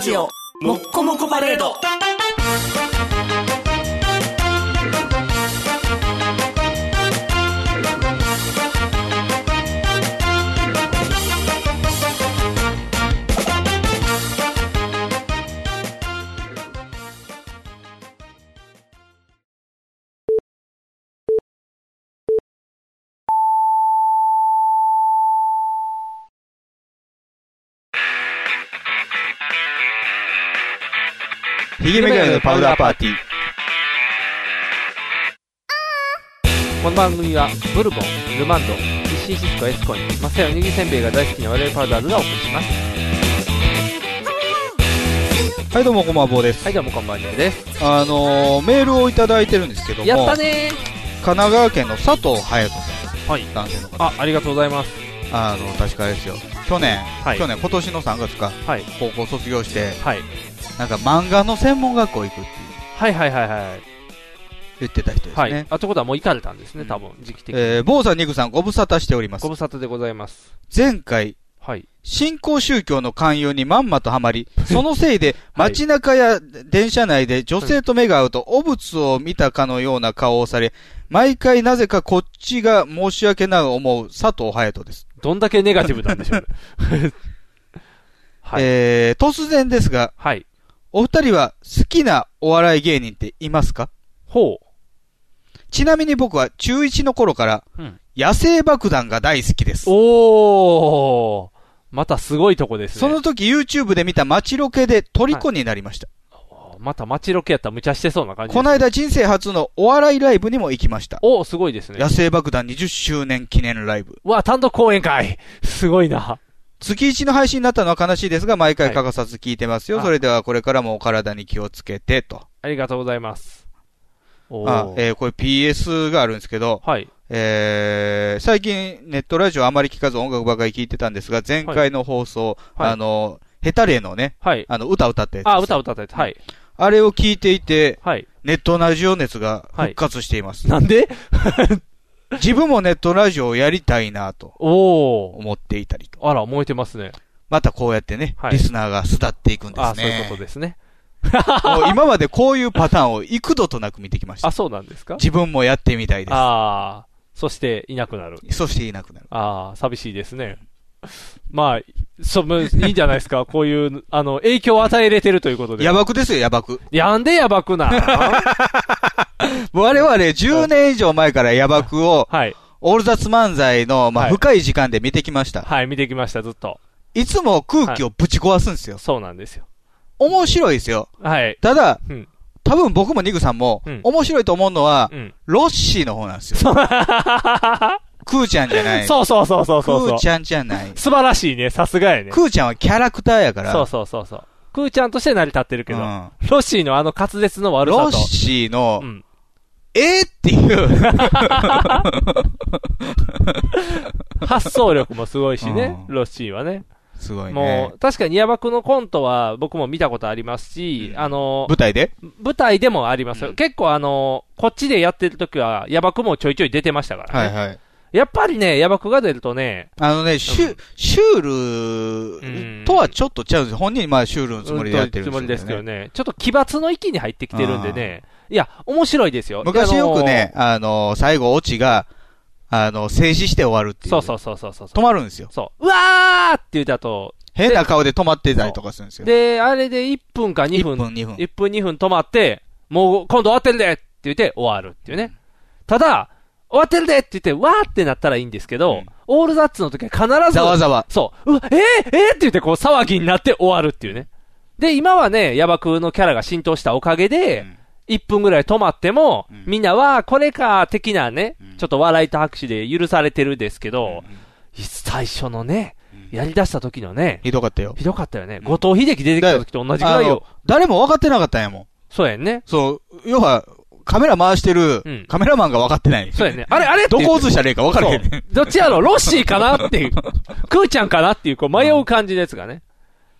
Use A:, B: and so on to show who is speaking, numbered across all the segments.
A: ジオもっこもこパレード
B: ヒゲメガネのパウダーパーティー。
C: この番組はブルボン、ルマンド、キッシーシスコ、エスコイン、マサヤおにぎりせんべいが大好きな我々パウダーズがお送りします。
B: はい、どうも、こんばんは、坊です。
C: はい、どうもこんばんは、です。
B: あのー、メールをいただいてるんですけども、
C: やった
B: 神
C: ね
B: 奈川県の佐藤隼人
C: ーはい。
B: さん、男性の方。
C: あ、ありがとうございます。
B: あの、確かあれですよ。去年、
C: はい
B: 去年、今年の3月か、
C: はい。
B: 高校卒業して、
C: はい。
B: なんか漫画の専門学校行くって
C: はいはいはいはい。
B: 言ってた人ですね。
C: はい。あ、ということはもう行かれたんですね、
B: うん
C: 多分、時期的に。
B: えー、坊さん、ニグさん、ご無沙汰しております
C: ご。無沙汰でございます。
B: 前回、
C: はい。
B: 新興宗教の勧誘にまんまとハ マり、そのせいで
C: はい
B: 街中や電車内で女性と目が合うと汚物を見たかのような顔をされ、毎回なぜかこっちが申し訳なく思う佐藤隼人です。
C: どんだけネガティブなんでしょう ね。はい。
B: えー、突然ですが、
C: はい。
B: お二人は好きなお笑い芸人っていますか
C: ほ
B: ちなみに僕は中1の頃から
C: う。うん。
B: 野生爆弾が大好きです。
C: おー。またすごいとこですね。
B: その時 YouTube で見た街ロケで虜になりました。
C: また街ロケやったら無茶してそうな感じです
B: この間人生初のお笑いライブにも行きました。
C: おすごいですね
B: 野。生爆弾20周年記念ライブ。
C: うわ、単独公演会すごいな。
B: 月一の配信になったのは悲しいですが、毎回欠かさず聞いてますよ。
C: はい
B: それではこれからもお体に気をつけて、と。
C: ありがとうございます。お
B: あ
C: ー。
B: えーこれ PS があるんですけど、
C: はい。
B: えー最近ネットラジオあまり聞かず音楽ばかり聞いてたんですが、前回の放送、
C: はい
B: あの、ヘタレのね、
C: はい。
B: あの、歌歌って
C: あ、歌歌ったやつ。はい。
B: あれを聞いていて、
C: はい。
B: ネットラジオ熱が復活しています。
C: なんで
B: 自分もネットラジオをやりたいなと
C: おー。
B: 思っていたりと。
C: あら、燃えてますね。
B: またこうやってね、
C: はい
B: リスナーが巣立っていくんですね。
C: あそういうことですね。
B: もう今までこういうパターンを幾度となく見てきました
C: あ、。そうなんですか
B: 自分もやってみたいで
C: あー。そして、いなくなる。
B: す。そしていなくなる。
C: あー、寂しいですね。まあ、そ、むいいんじゃないで すか。こういう、あの、影響を与えれてるということで。
B: やばくですよ、やばく。
C: やんでやばくな。
B: 我々10年以上前からやばくを、
C: はい。
B: オールザツ漫才の、まあ、
C: はい
B: 深い時間で見てきました。
C: はい、見てきました、ずっと。
B: いつも空気をぶち壊すんですよ。
C: そうなんですよ。
B: 面白いですよ。
C: はい。
B: ただ、
C: うん。
B: 多分僕もニグさんも
C: うん、
B: 面白いと思うのは、
C: うん。
B: ロッシーの方なんですよ。クーちゃんじゃない。
C: そうそうそうそうそう
B: ク
C: そ
B: ー
C: う。
B: ちゃんじゃない。
C: 素晴らしいね、さすがやね。
B: クーちゃんはキャラクターやから。
C: そうそうそうそう。クーちゃんとして成り立ってるけど、
B: うん
C: ロッシーのあの滑舌の悪
B: ロ
C: さ
B: ッ
C: と。
B: シーの、
C: うん。
B: えーっていう。
C: 発想力もすごいしね、
B: うん
C: ロッシーはね。
B: すごいね。
C: もう、確かにヤバクのコントは僕も見たことありますし、
B: うん
C: あの、
B: 舞台で
C: 舞台でもありますよ。
B: うん
C: 結構あの、こっちでやってる時はヤバクもちょいちょい出てましたからね。
B: はいはい。
C: やっぱりね、ヤバクが出るとね、
B: あのね、シュ、シュールとはちょっと違うんですよ。本人まあシュールのつもりでやってるん
C: つもり
B: で
C: ですす
B: け
C: け
B: ど
C: ど
B: ね。
C: ね。ちょっと奇抜の域に入ってきてるんでね。いや、面白いですよ。
B: 昔よく
C: で、
B: ね、あの、最後オチが、あの、静止して終わるって
C: あ
B: いう。
C: のーそうそうそうそうそ
B: 止
C: う。
B: まるんですよ。
C: そう。うわーって言った後、
B: 変な顔で止まってたりとかするんですよ。
C: で、あれで1分か2
B: 1分
C: 分、1
B: 2分。
C: 分2分止まって、もう今度終わってるでって言って終わるっていうね。ただ、終わってるでって言って、わーってなったらいいんですけど、
B: うん
C: オールザッツの時は必ず、
B: ざわざわ。
C: そう、うわ、えー、えー、って言ってこう騒ぎになって終わるっていうね。で、今はね、ヤバクのキャラが浸透したおかげで、
B: うん
C: 1分ぐらい止まっても、
B: うん
C: みんなは、これか、的なね、
B: うん
C: ちょっと笑いと拍手で許されてるですけど、
B: うん
C: 最初のね、
B: うん
C: やり出した時のね、
B: ひどかったよ。
C: ひどかったよね。後藤秀樹出てきた時と同じぐらい
B: あ
C: よ
B: の。誰も分かってなかったんやもん。
C: そうやんね。
B: そう、要は、カメラ回してる
C: うん、
B: カメラマンが分かってない。
C: そうやんね。あれ、あれ
B: どこ映
C: ず
B: したらいいか分からへんね。
C: どっちやろうロッシーかなっていう、クーちゃんかなっていう、こう迷う感じのやつがね。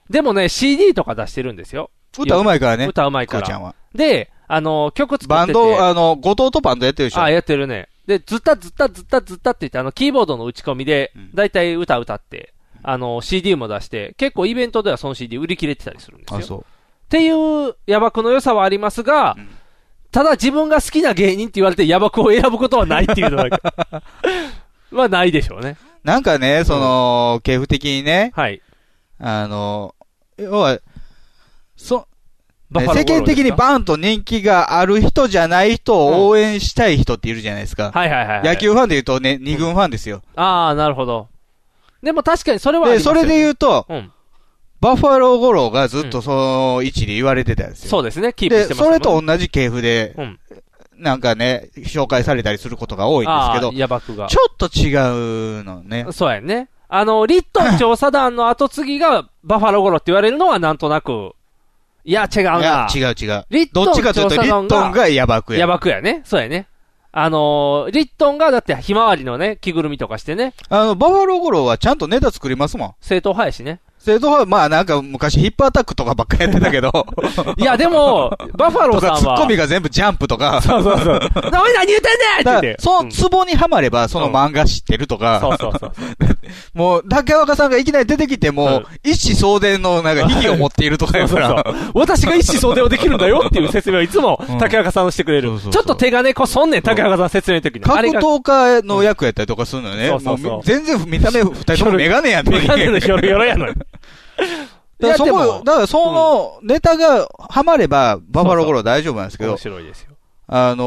C: でもね、CD とか出してるんですよ。
B: 歌うまいからね、
C: 歌うまい
B: く
C: か
B: ーちゃん
C: ら。
B: は。
C: で、あの、曲作ってて。
B: バンド、あの、後藤とバンドやってるでしょ
C: あ、。やってるね。で、ずったずったずったずったって言って、あの、キーボードの打ち込みで
B: うん、
C: だいたい歌歌って、あの、CD も出して、結構イベントではその CD 売り切れてたりするんですよ。
B: あ、そう。
C: っていう野爆の良さはありますが、
B: うん
C: ただ自分が好きな芸人って言われて野爆を選ぶことはないっていう のは、まあないでしょうね。
B: なんかね、その、系譜的にね、
C: はい。
B: あの、要は、そ、
C: バ
B: ね
C: ッファロ
B: 世
C: ー五郎
B: 間的に
C: ですか
B: バーンと人気がある人じゃない人を応援したい人っているじゃないですか。
C: はいはいはい、はい。
B: 野。球ファンで言うとね、二軍ファンですよ。
C: ああ、なるほど。でも確かにそれはあり
B: で、
C: ます
B: そ
C: よ
B: れで言うと、
C: うん。
B: バッファロー五郎がずっとその位置で言われてたんですよ。
C: そうですね。キープし
B: で、
C: てます
B: そ
C: もん
B: れと同じ系譜で
C: うん、
B: なんかね、紹介されたりすることが多いんです
C: あ
B: け
C: あ、
B: ど、
C: 野爆が
B: ち。ょっと違うのね。
C: そうやね。あの、リットン調査団の後継ぎがバッファローゴロって言われるのはなんとなく、いや、違う
B: いや
C: な。
B: 違う違う。
C: リットン
B: どっちかというと、リットンがヤバくや。
C: 野爆やね。そうやね。あのー、リットンがだってひまわりのね、着ぐるみとかしてね、
B: あの、バファローゴロはちゃんとネタ作りますもん。
C: 正統派や しね。
B: 生徒は、まあなんか昔ヒップアタックとかばっかやってたけ ど、
C: いや、でも、バッファロ
B: と
C: ーさ
B: か
C: ん
B: ツッ
C: は
B: コ、ミが全部ジャンプと か、
C: おい何言うてんねん
B: だ
C: っ
B: か
C: て言
B: ら
C: って。
B: そうの
C: ん
B: ツボにはまれば、その漫画知ってると
C: そう
B: か、
C: そうそうそう。
B: もう、竹若さんがいきなり出てきて
C: う
B: も
C: ん、
B: 一子相伝のなんか意義を持っているとか
C: そ
B: や
C: う
B: か
C: そう
B: ら、
C: そう。私が一子相伝をできるんだよっていう説明をいつも
B: うん
C: 竹中さんをしてくれる。
B: そうそう
C: ち
B: そ
C: ょ
B: う
C: っと手がね、こそんねん、竹中さん説明の時に。あ
B: 格
C: れが、
B: 闘家の役やったりとかするのよね。
C: うんそうそうそう
B: もう全然見た目二人とも メガネやん
C: メガネの
B: だ
C: ひ
B: か
C: ょろひょろやのに。い
B: ら
C: や、
B: そ
C: で
B: こ
C: も、、
B: だからそのネタがはまれば、バファローゴロ大丈夫なんですけ
C: 面
B: ど、
C: 白いですよ。
B: あの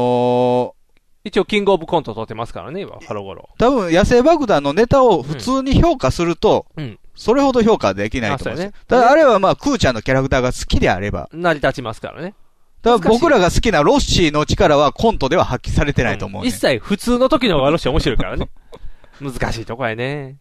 B: ー、
C: 一応、キングオブコント撮ってますからね、今、ハロゴロ。
B: 多分野生爆弾のネタを普通に評価すると、
C: うん。
B: それほど評価できないと思うんですよ。
C: あそうや
B: た
C: ね
B: だあれはまあ、クーちゃんのキャラクターが好きであれば。
C: 成り立ちますからね。
B: だから僕らが好きなロッシーの力はコントでは発揮されてないと思う、ね
C: 一切普通の時の方がロシア面白いか らね。難しいとこやね。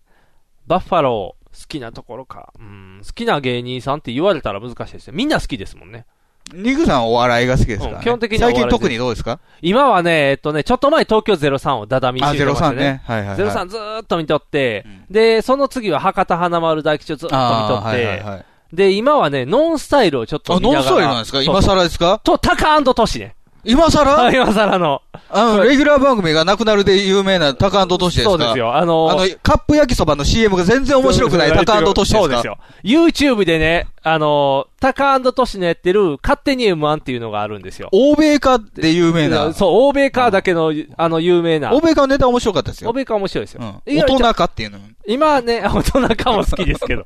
C: バッファロー、好きなところか。うん、好きな芸人さんって言われたら難しいですね。みんな好きですもんね。
B: ニグさんはお笑いが好きですから、ね
C: うん基本的にはお
B: 最
C: 笑い
B: 近特にどうですか
C: 今はね、えっとね、ちょっと前東京03をダダ見し
B: あ、
C: て
B: ゼ
C: ま
B: ロ
C: した
B: 三
C: ね。
B: ね。はいはい、はい。
C: ゼロ三ずーっと見とって、
B: う
C: で、その次は博多華丸大吉をずーっと見
B: あ
C: と
B: ー
C: っ
B: は
C: て、
B: いはいはい。あ、
C: で、今はね、ノンスタイルをちょっと見
B: ノ
C: ながら。
B: ンストーリーなんですか
C: そう
B: 今更ですか
C: と、タカト シね。
B: 今更
C: 今更の。
B: あの、レギュラー番組がなくなるで有名なタカアンドトシですか
C: そうです。よ。あ
B: あ
C: の
B: の、カップ焼きそばの CM が全然面白くないタカアンドトシですか
C: そうですよ。YouTube でね、あのー、タカトシのやってる、勝手に M1 っていうのがあるんですよ。
B: 欧米化で有名な。
C: そう、欧米カーだけの、あの、有名な。
B: 欧米化のネタ面白かったです
C: 欧
B: よ。
C: 米カー面白いです
B: うん、
C: よ。いや
B: 大人化っていうの。
C: 今ね、 大人かも好きで すけど。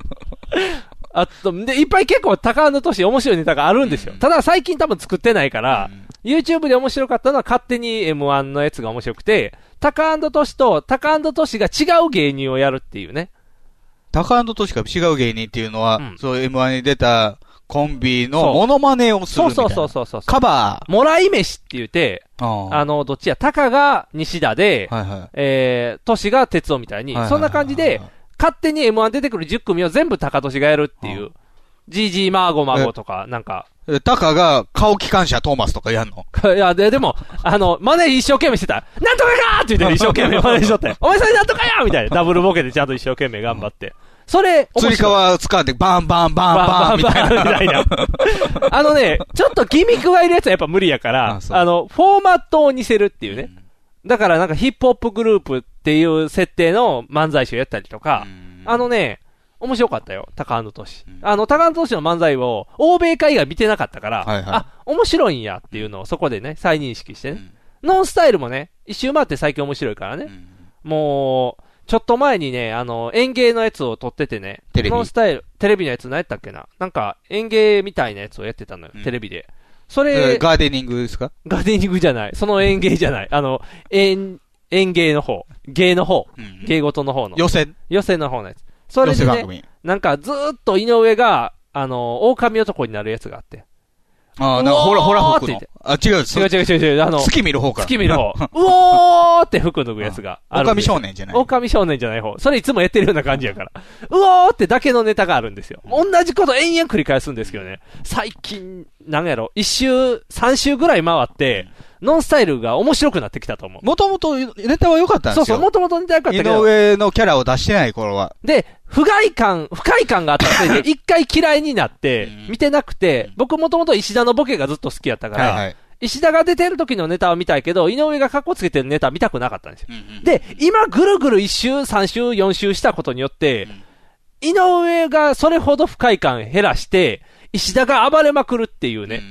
C: あと、で、いっぱい結構、高安の都市面白いネタがあるんですよ。
B: うん
C: ただ、最近多分作ってないから
B: う、ん
C: YouTube で面白かったのは勝手に M1 のやつが面白くて、高安都市と高安都市が違う芸人をやるっていうね。
B: タカアンドトシか違う芸人っていうのは、
C: うん
B: そう M1 に出たコンビ
C: そ
B: の
C: う
B: モノマネをするみ
C: そう
B: たい
C: そ
B: な。
C: うそうそうそう。
B: カバ
C: もらい飯って言って、
B: ー。うん
C: あの、どっちや、タカが西田で、
B: はいはい。
C: えー、トシが哲夫みたいに、
B: はいはいはいはい
C: そんな感じで、勝手に M1 出てくる10組を全部タカトシがやるっていう。ジージーマーゴマーゴとか、なんか。
B: えタカが顔機関車トーマスとかやんの
C: いや、で、でも、あの、マネ一生懸命してた。なんとかかーって言って一生懸命マネしとって。お前それなんとかやみたいな。ダブルボケでちゃんと一生懸命頑 張って。それ、
B: 釣り
C: 面白い
B: 革掴んでバンバンバンバン みたいな。
C: バンバンバンバンみたいな。 あのね、ちょっとギミックがいるやつはやっぱ無理やから、
B: あ
C: あ
B: そう
C: の、フォーマットを似せるっていうね。だからなんかヒップホップグループっていう設定の漫才集やったりとか、あのね、面白かったよ、高野俊。あの、高野俊の漫才を、欧米化以外見てなかったから、
B: はいはい
C: あ、面白いんやっていうのをそこでね、再認識してね。ノンスタイルもね、一周回って最近面白いからね。もう、ちょっと前にね、あの、演芸のやつを撮っててね、
B: テレビ
C: ノンスタイル、テレビのやつ何やったっけななんか、演芸みたいなやつをやってたのよ、
B: うん
C: テレビで。それ、
B: えガーデニングですか
C: ガーデニングじゃない。その園芸じゃない。あの、園、園芸の方。芸の方。芸事の方の。
B: 予選
C: 寄せの方のやつ。そ
B: 予
C: れで、
B: 選番
C: ね、
B: 組。
C: なんかずーっと井上が、あの、狼男になるやつがあって。
B: ああ、なんかほらほら
C: うおー
B: 服
C: っ
B: の
C: て。
B: あ、違う、
C: 違う違う違う違う、あの、
B: 月見る方から。
C: 月見る方。うおーって服脱ぐやつがあるんで
B: 狼
C: すよ。
B: 少年じゃない。
C: 狼少年じゃない方。それいつもやってるような感じやから。うおーってだけのネタがあるんですよ。同じこと延々繰り返すんですけどね。最近、なんやろ、一周、三周ぐらい回って、ノンスタイルが面白くなってきたと思う。
B: もともとネタは良かったん
C: そ
B: で
C: う
B: す
C: そ
B: よ。
C: う、もともとネタ良かった
B: 井
C: けど。
B: 上のキャラを出してない頃は。
C: で、不快感、不快感があったせい で、一回嫌いになって
B: うん、
C: 見てなくて、僕もともと石田のボケがずっと好きやったから、
B: はいはい。
C: 石田が出てる時のネタは見たいけど、井上がカッコつけてるネタは見たくなかったんですよ。で、今ぐるぐる一周、三周、四周したことによって、井上がそれほど不快感減らして、石田が暴れまくるっていうね、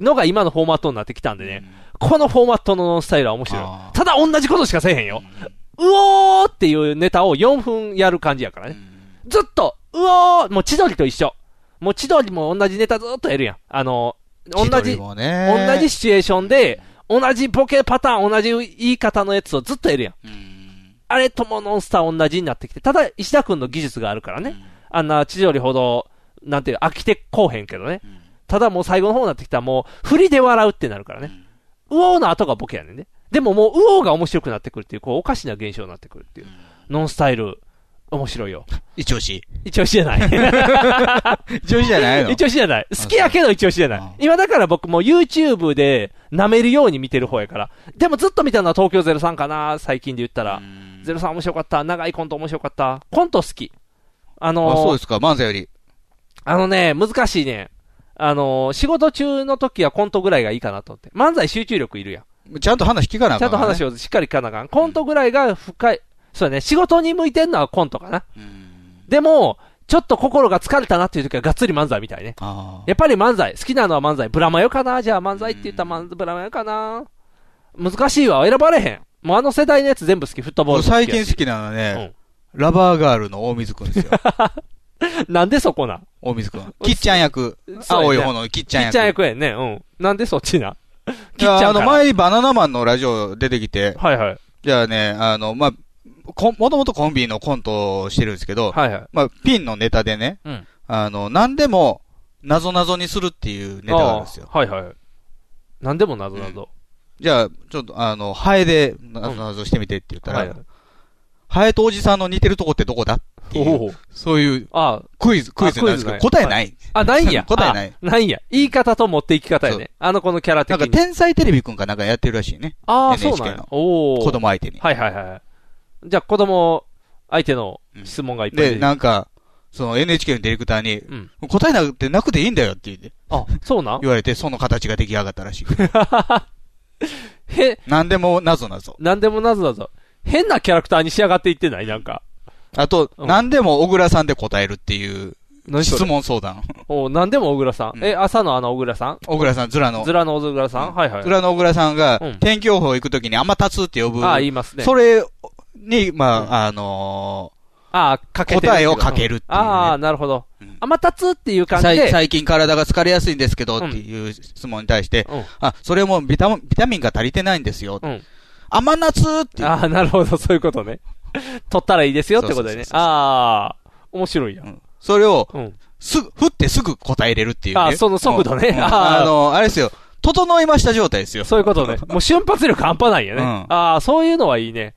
C: のが今のフォーマットになってきたんでね、このフォーマットのスタイルは面白
B: あー
C: い。ただ同じことしかせえへんよ。うおーっていうネタを4分やる感じやからね。ずっと、うおーもう千鳥と一緒。もう千鳥も同じネタずっとやるやん。あの、同じ、
B: 同
C: 同じシチュエーションで、同じボケパターン、同じ言い方のやつをずっとやるやん。あれともノンスター同じになってきて、ただ石田くんの技術があるからね。あんな千鳥ほど、なんていう、飽きてこうへんけどね。ただもう最後の方になってきたらもう、振りで笑うってなるからね。うおーの後がボケやねんね。でももう、うおーが面白くなってくるっていう、こう、おかしな現象になってくるっていう。ノンスタイル、面白いよ。
B: 一押し。
C: 一押しじゃない。
B: 一押しじゃないの
C: 一押しじゃない。好きやけど一押しじゃな
B: あ
C: い。今だから僕も YouTube で舐めるように見てる方やから。でもずっと見たのは東京03かな、最近で言ったら。03面白かった。長いコント面白かった。コント好き。あのー
B: あ、そうですか、漫才より。
C: あのね、難しいね。あのー仕事中の時はコントぐらいがいいかなと思って。漫才集中力いるやん。
B: ちゃんと話聞かなあ
C: ちゃ
B: か
C: んと話
B: を。
C: をしっかり聞かなあかん。コントぐらいが深い。そうだね。仕事に向いてんのはコントかな。でも、ちょっと心が疲れたなっていう時はがっつり漫才みたいね。
B: ああ。
C: やっぱり漫才、好きなのは漫才。ブラマヨかなじゃあ漫才って言ったら漫ブラマヨかな難しいわ。選ばれへん。もうあの世代のやつ全部好き。フットボールも好き
B: 最
C: や
B: 近
C: し
B: 好きなのはね、ラバーガールの大水くんですよ。
C: なんでそこなん
B: 大 水くん。キッちゃん役。
C: そう
B: 青い
C: やね
B: 方のキッち
C: キ
B: ゃん
C: ッ
B: 役。
C: チャン役やんね。うん。なんでそっちなん
B: い
C: キ
B: や
C: ッチャン
B: あの、
C: から
B: 前にバナナマンのラジオ出てきて、
C: はいはい。
B: じゃあね、あの、まあ、こもともとコンビのコントをしてるんですけど、
C: はいはい。
B: まあ、ピンのネタでね、
C: うん
B: あの、何でも、謎々にするっていうネタがあるんですよ。
C: ああはいはい。なんでも謎々。
B: じゃあ、ちょっと、あの、ハエで、謎々してみてって言ったら、
C: はいはい。
B: ハエとおじさんの似てるとこってどこだっていう、
C: おお。
B: そういう
C: あ
B: クイズ、クイズなんですけ
C: あ
B: ど、
C: クイズ
B: 答え
C: な
B: ない。
C: あ、あ、ないん や。
B: 答えない
C: あ。ないんや。言い方と持っていき方やね。あの子のキャラ的
B: なんか、
C: に。
B: 天才テレビくんかなんかやってるらしいね。
C: ああ、そう
B: NHK
C: なんや
B: の。
C: おお。
B: 子供相手に。
C: はいはいはい。じゃあ子供相手の質問がいっぱい出て
B: で、
C: くる
B: なんか、その NHK のディレクターに、
C: うん。
B: 答えなくてなくていいんだよって言って
C: あ、そうなん
B: 言われて、その形が出来上がったらしい。
C: へ、
B: 何でも謎謎。
C: なんでもなぞなぞ。変なキャラクターに仕上がっていってないなんか。
B: あと、
C: うん
B: 何でも小倉さんで答えるっていう
C: 何そ
B: 質
C: れ
B: 問相 談。
C: おなんでも小倉さ。
B: うんん
C: え、朝のあの小倉さん
B: 小倉さん、ズラの
C: ズ。ラの小倉さ
B: うん
C: はいはい
B: ズ。ラの小倉さんが
C: うん、
B: 天気予報行くときにあんま立つって呼ぶ。
C: ああ、言いますね。
B: それに、ま
C: う
B: あ、あの
C: ああ、かけてる
B: 答えをかけるっていうね
C: ああ、なるほど
B: うん。
C: あ、またつっていう
B: ー
C: 感じ
B: 最
C: で。
B: 最近体が疲れやすいんですけどっていう質問に対して、
C: うん
B: あ、それもビタミンビタミンが足りてないんですよ。
C: うん
B: 甘夏っていう
C: ああ、なるほど、そういうことね。取ったらいいですよってことで
B: そ
C: ね
B: うそうそう。そう
C: ああ、面白いや
B: う。んそれを、
C: うん。
B: すぐ、振ってすぐ答えれるっていう、ね。
C: あその速度ね
B: うんうん
C: あー
B: あの、あれですよ。整いました状態ですよ。
C: そういうことね。もう瞬発力半端ないよね。
B: うん
C: ああ、そういうのはいいね。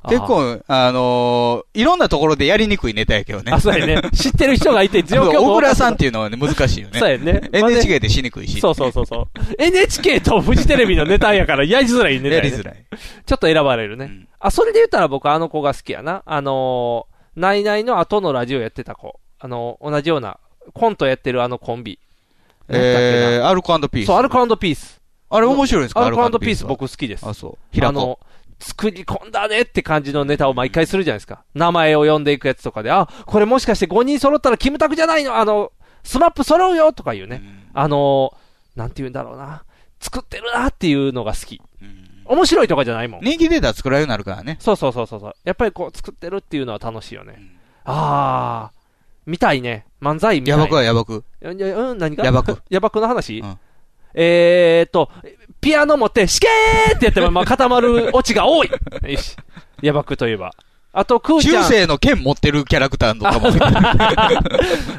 C: あー
B: 結。構、あのーいろんなところでやりにくいネタやけどね。
C: あ、そうやね。知ってる人が いて、状況も
B: 小倉さん
C: ん
B: っていうのはね、難しいよね
C: そう。やね。
B: NHK でしにくいし。
C: そうそうそうそう。NHK とフジテレビのネタやからやりづらいネタ
B: や
C: や
B: り
C: ね
B: づらい。
C: ちょっと選ばれる
B: う
C: ね。
B: ん
C: あ、それで言ったら僕あの子が好きやな。あのー、ナイナイの後のラジオやってた子。あのー、同じような、コントやってるあのコンビ。
B: えー、アルコピース。
C: そう、アルコピース。
B: あれ面白いんですか
C: アルコピース
B: は
C: 僕好きです。
B: あ、そう。平
C: あ
B: 子。
C: の、作り込んだねって感じのネタを毎回するじゃないですか。名前を呼んでいくやつとかで、あ、これもしかして5人揃ったらキムタクじゃないのあの、スマップ揃うよとかいうね。あの、なんて言うんだろうな。作ってるなっていうのが好き。
B: うん
C: 面白いとかじゃないもん。
B: 人気データ作られるようになるからね。
C: そうそうそうそうそう。やっぱりこう作ってるっていうのは楽しいよね。あー、見たいね。漫才見たい。
B: やばくはやばく。
C: いやいやうん、何が
B: やばく。
C: やばくの話、
B: うん
C: えーっと、ピアノ持って、しけーってやっても、まあ、固まるオチが多い。よし。やばくといえば。あと、クーち
B: 中
C: ゃん。
B: 世の剣持ってるキャラクターとかも。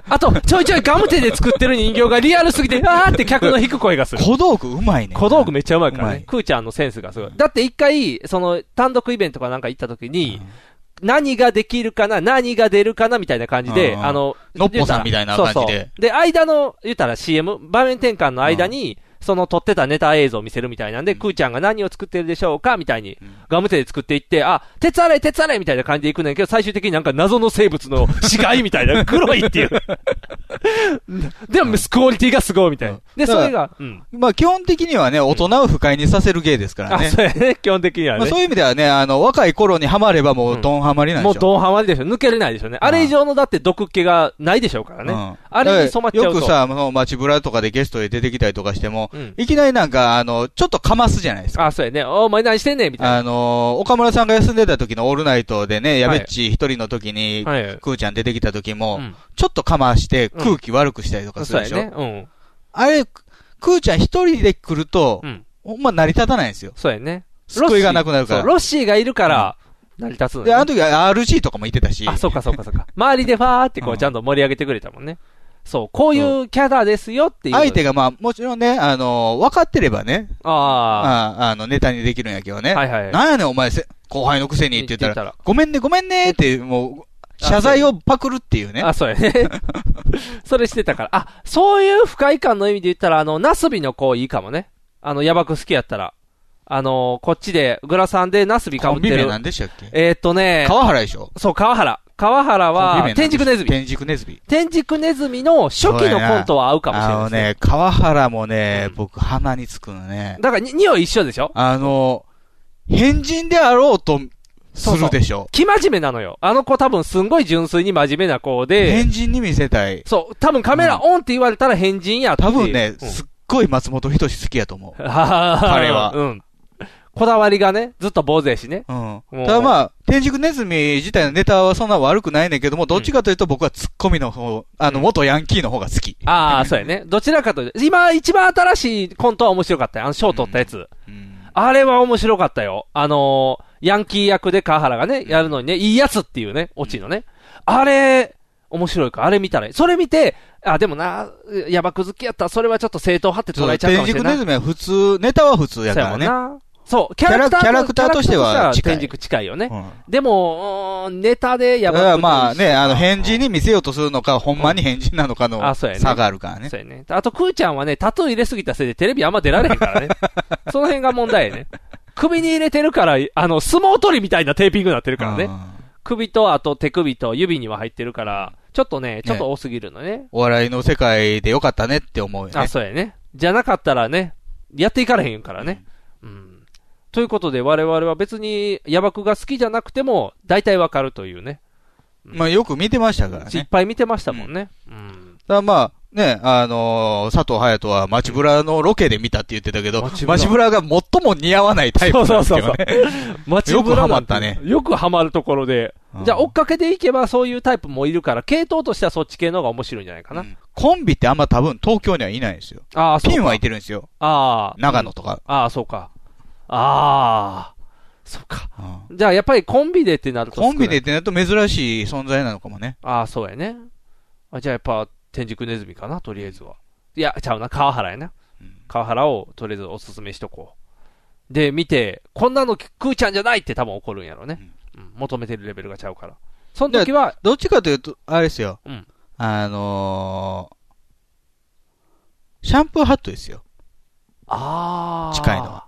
C: あと、ちょいちょいガムテで作ってる人形がリアルすぎて、あーって客の引く声がする。
B: 小道具うまいね。
C: 小道具めっちゃうまいから
B: うま
C: ね
B: い。
C: クーちゃんのセンスがすごい。だって一回、その、単独イベントかなんか行った時に、何ができるかな、何が出るかな、みたいな感じで、
B: うん
C: あの、
B: のっぽさんみたいな感じで
C: そうそうで、間の、言ったら CM、場面転換の間に、その撮ってたネタ映像を見せるみたいなんで、
B: うん
C: くーちゃんが何を作ってるでしょうかみたいに
B: うん、
C: ガムテで作っていって、あ、鉄あれ、鉄あれみたいな感じでいくねんけど、最終的になんか謎の 生物の死骸みたいな、黒いっていう。でも、クオリティがすごいみたいな。で、それが、うん。
B: まあ基本的にはね、大人を不快にさせる芸ですから
C: あ、
B: ね。
C: そうやね、基本的には
B: まあ
C: ね
B: そう。いう意味ではね、あの、若い頃にハマればもうドンハマりなん
C: も
B: で
C: う
B: しょ。
C: ドンハマりでしょ。抜けれないでしょうね。あれ以上のだって毒気がないでしょうからね。
B: うん
C: あれに染まっちゃうと
B: だからよくさ、その街ブラとかでゲストで出てきたりとかしても、
C: うん
B: いきなりなんか、あの、ちょっとかますじゃないですか。
C: あ、そうやね。お前何してんねんみたいな。
B: あの、岡村さんが休んでた時のオールナイトでね、やべっち一人の時に、
C: はいはい
B: くーちゃん出てきた時も、
C: うん
B: ちょっとかまして空気悪くしたりとかす
C: そ
B: る
C: う
B: でし
C: や
B: ょ。
C: ね。うん。
B: あれ、くーちゃん一人で来ると、
C: うん。
B: ほんま成り立たないんですよ。
C: そうやね。
B: 救いがなくなるか
C: そう
B: ら。
C: ロッシーがいるから、成り立つの
B: で、あ
C: よ
B: の
C: ね。
B: 時は RG とかも言ってたし。
C: あ、そうかそうかそうか。周りでファーってこ
B: う
C: うんちゃんと盛り上げてくれたもんね。そう、こういうキャラですよっていう。
B: 相手がまあ、もちろんね、あの分かってればね、
C: あ
B: ああの、ネタにできるんやけどね。
C: あ。はいはい。
B: なんやねんお前せ、後輩のくせにって言ったら、
C: ら。
B: ごめんね、ごめんねって、もう、謝罪をパクるっていうね。
C: あ、そうやね。 それしてたから。あ、そういう不快感の意味で言ったら、あの、ナスビの子いいかもね。あの、ヤバく好きやったら。あの、こっちで、グラさんでナスビか
B: コ
C: ぶ
B: ン
C: っ
B: ビ
C: て
B: 名
C: る
B: な。んでしたっけ
C: えーっとね、
B: 川原でしょ
C: そう、川原。川
B: コン
C: 原
B: ビ名
C: は
B: な、んで
C: 天竺ネズミ。
B: 天竺ネズミ。
C: 天竺ネズミの初期
B: そうや
C: の
B: な
C: コントは合うかもしれ
B: あ
C: ないで
B: の
C: すね。
B: ね、川原もね、
C: うん
B: 僕鼻につくのね。
C: だからに、匂い一緒でしょ
B: あの、変人であろうとす
C: そうそう
B: るでしょ。
C: 生真面目なのよ。あの子多分すんごい純粋に真面目な子で、
B: 変人に見せたい。
C: そう、多分カメラオンって言われたら変人やっていう
B: 多分ね、
C: うん
B: すっごい松本人志好きやと思う。
C: 彼
B: は
C: うん。こだわりがね、ずっと坊主やしね。
B: うん。た
C: う
B: だまあ、天竺ネズミ自体のネタはそんな悪くないねんけども、どっちかというと僕はツッコミの方、あの、元ヤンキーの方が好き。
C: ああ、そうやね。どちらかというと、今一番新しいコントは面白かったよ。あの、賞取ったやつ。
B: うん
C: あれは面白かったよ。あのーヤンキー役で川原がね、やるのにね、いいやつっていうね、オチのね。あれ、面白いか。あれ見たら、それ見て、あ、でもな、ヤバく好きやったら、それはちょっと正当派って捉えちゃうか
B: 天
C: もしれ
B: 竺
C: な
B: ネ
C: い。
B: ズミは普通、ネタは普通や
C: そ
B: か
C: うやも
B: ら
C: ん
B: ね。
C: な。そう、キャラクター
B: キャラキャラクターとしては近い
C: 天竺近いよね。
B: うん
C: でも、うーんネタで
B: だ
C: ヤ
B: か
C: バく
B: らまあね、あの、変人に見せようとするのか、ほんまに変人なのかの
C: あそうやね
B: 差があるからね。
C: そうやね。あと、クーちゃんはね、タトゥー入れすぎたせいでテレビあんま出られへんからね。その辺が問題やね。首に入れてるから、あの、相撲取りみたいなテーピングになってるから
B: う
C: ね。
B: ん
C: 首と、あと手首と指には入ってるから、ちょっとね、ちょっと多すぎるのね。
B: お笑いの世界でよかったねって思うよ
C: あ、
B: ね。
C: そうやね。じゃなかったらね、やっていかれへんからね。うん。ということで、我々は別に、ヤバくが好きじゃなくても、大体わかるというね。
B: まあよく見てましたからね。
C: いっぱい見てましたもんね。うん。
B: だからまあ、ね、あのー佐藤隼人は街ブラのロケで見たって言ってたけど、
C: 街ブラ
B: 街ブラが最も似合わないタイプ
C: そ
B: な
C: うんそう
B: です
C: そう
B: け
C: そう
B: どね。。
C: 街
B: よく
C: ブラ
B: ハマ
C: なん
B: ってたね
C: よくハマるところで。
B: うん
C: じゃあ、追っかけていけば、そういうタイプもいるから、系統としてはそっち系の方が面白いんじゃないかな。
B: うんコンビってあんま多分東京にはいないんですよ。
C: ああ、そう
B: ピ
C: か。
B: ンはいてるんですよ。
C: ああ。
B: 長野とか。
C: ああ、そうか。ああ。そうか。
B: うん
C: じゃあ、やっぱりコンビでってなると少な
B: コ
C: い
B: ンビでってなると珍しい存在なのかもね。
C: ああ、そうやね。あじゃあ、やっぱ、天竺ネズミかな、とりあえずは。いや、ちゃうな、川原やな。川原を、とりあえずおすすめしとこう。で、見て、こんなのくーちゃんじゃないって多分怒るんやろね。うん求めてるレベルがちゃうから。その時は、
B: どっちかというと、あれですよ。
C: うん
B: あのーシャンプーハットですよ。
C: ああ。
B: 近いのは。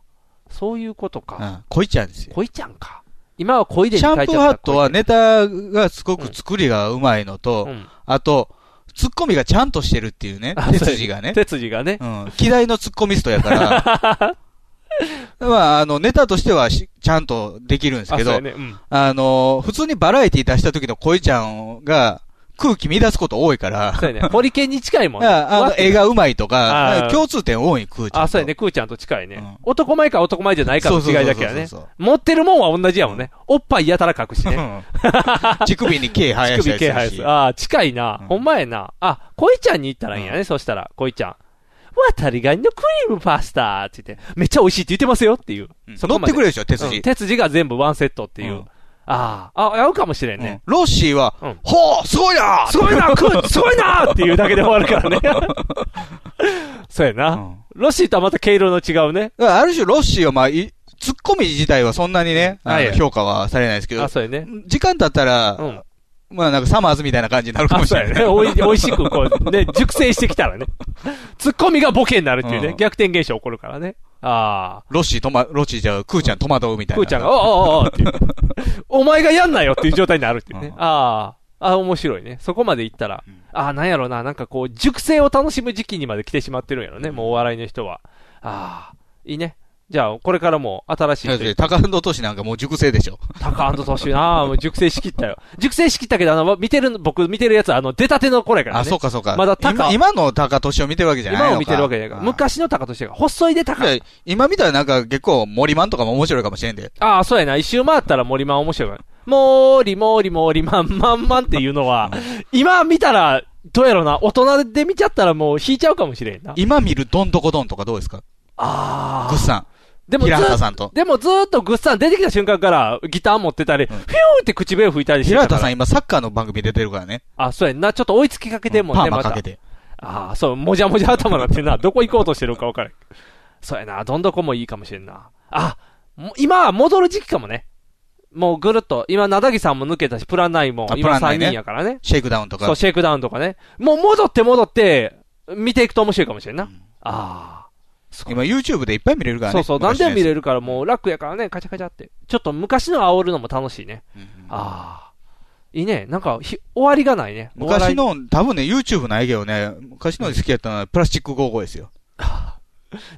C: そういうこと
B: う
C: か。
B: ん。恋ちゃんですよ。
C: 恋ちゃんか。今は恋でに
B: シ
C: 書
B: ャ
C: いちゃ
B: ン
C: った
B: プーハットは
C: 恋
B: ネタがすごく作りがうまいのと、
C: ちゃんうん。
B: あと、ツッコミがちゃんとしてるっていうね
C: あ、
B: 手筋がね。
C: 手筋がね。
B: うん。嫌いのツッコミストやから。 まあ、あの、ネタとしてはしちゃんとできるんです
C: あ、
B: け
C: そう
B: ど、
C: や
B: あ,、
C: ね。うん。
B: の、普通にバラエティ出した時の恋ちゃんが空気乱すこと多いから、
C: そうやね。ホリケンに近いもんね。
B: ああ
C: わ
B: の、絵がうまいとか
C: あ、ー
B: 共通点多い、空ちゃんと。
C: あ、そうやね。くーちゃんと近いね。
B: うん
C: 男前か男前じゃないかの違いだけ
B: そうそ
C: やね
B: うそうそうそう。
C: 持ってるもんは同じやもんね。おっぱいやたら書 くしね。
B: うん 乳首に毛生
C: 乳
B: やした
C: 首
B: りす
C: 気配
B: る
C: す
B: し
C: る。。ああ、近いな
B: う。ん
C: ほんまやな。あ、恋ちゃんに行ったらいいんやね。そしたら、恋ちゃん。渡りがにのクリームパスタって言って、めっちゃ美味しいって言ってますよっていう。
B: うん
C: そ
B: 乗
C: こ
B: っ
C: まで
B: てくれるでしょ、手
C: う
B: 筋
C: ん。手筋が全部ワンセットっていう。
B: うん
C: ああ、あ、合うかもしれん
B: うん
C: ね。
B: ロッシーは
C: うん、
B: ほうすごいな
C: すご いな、くすごいなっていうだけで終わるからね。そうやな。
B: うん
C: ロシーとはまた毛色の違うね。
B: だからある種、ロッシーは、まあ、いツッコミ自体はそんなにね、あの
C: はい
B: 評価はされないですけど
C: あ、、そうやね。
B: 時間経ったら、
C: うん。
B: まあなんかサマーズみたいな感じになるか
C: あ、
B: もし
C: そう
B: れ
C: や
B: ない。
C: ね。 おいおいしく、こう、ね、熟成してきたら ね。ツッコミがボケになるっていうね、
B: うん
C: 逆転現象起こるからね。あ
B: ロッシーとま、ロッシーじゃ、クーちゃん戸惑うみ
C: あ。
B: たい
C: く
B: な。
C: ーちゃんが、おおおおっていう。 お前がやんなよっていう状態になるっていうね
B: う。ん
C: ああ。ああ、面白いね。そこまで行ったら。
B: うん
C: ああ、なんやろな。なんかこう、熟成を楽しむ時期にまで来てしまってるんやろね。もうお笑いの人は。ああ。いいね。じゃあ、これからも新しい
B: だっ
C: 人
B: て、タカアンドトシなんかもう熟成でしょ。
C: タカアンドトシなあもう熟成しきったよ。熟成しきったけど、あの、見てる、僕見てるやつは、あの、出たての頃やからね。
B: あ、そうかそうか。
C: まだタカ
B: 今今のタカトシを見てるわけじゃないのか。
C: 今を見てるわけだから。
B: あー
C: 昔のタカとしてが、細いでタカ。
B: いや今見たらなんか結構、森マンとかも面白いかもしれんで。
C: ああ、そうやな。一周回ったら森マン面白いから。もーりもーりもーりまんまんまんっていうのは、今見たら、どうやろな。大人で見ちゃったらもう引いちゃうかもしれんな。
B: 今見るどんどこどんとかどうですか
C: あ
B: グッ
C: あ。
B: さ
C: で
B: ん。
C: もず
B: 平
C: ー
B: 畑さんと。
C: でもずーっとグッサン出てきた瞬間からギター持ってたり、
B: ん
C: フィューって口笛吹いたりして
B: 平
C: たか
B: 畑
C: ら。
B: さん今サッカーの番組出てるからね。
C: あ、そうやんな。ちょっと追いつきかけてんもん
B: パ
C: ね、
B: ーマ
C: ま
B: か
C: た
B: け。て。
C: ああ、そう、もじゃもじゃ頭なってんな。 どこ行こうとしてるか分からん。そうやな、どんどこもいいかもしれんな。あ、も今は戻る時期かもね。もうぐるっと、今、なだぎさんも抜けたし、プランナイも
B: あ、プ
C: 今
B: ランナ
C: 3
B: イね
C: 人やからね。
B: シェイクダウンと
C: そ
B: か
C: う、。シェイクダウンとかね。もう戻って戻って、見ていくと面白いかもしれんな。
B: うん
C: ああ。すごい
B: 今 YouTube でいっぱい見れるからね。
C: そうそう、何でも見
B: る。
C: れるからもう楽やからね、カチャカチャって。ちょっと昔の煽るのも楽しいね。
B: うん
C: ああ。いいね。なんかひ、終わりがないね。
B: 昔
C: お笑
B: の、多分ね、YouTube ないけどね、昔の好きやったのはプラスチック55ですよ。
C: い。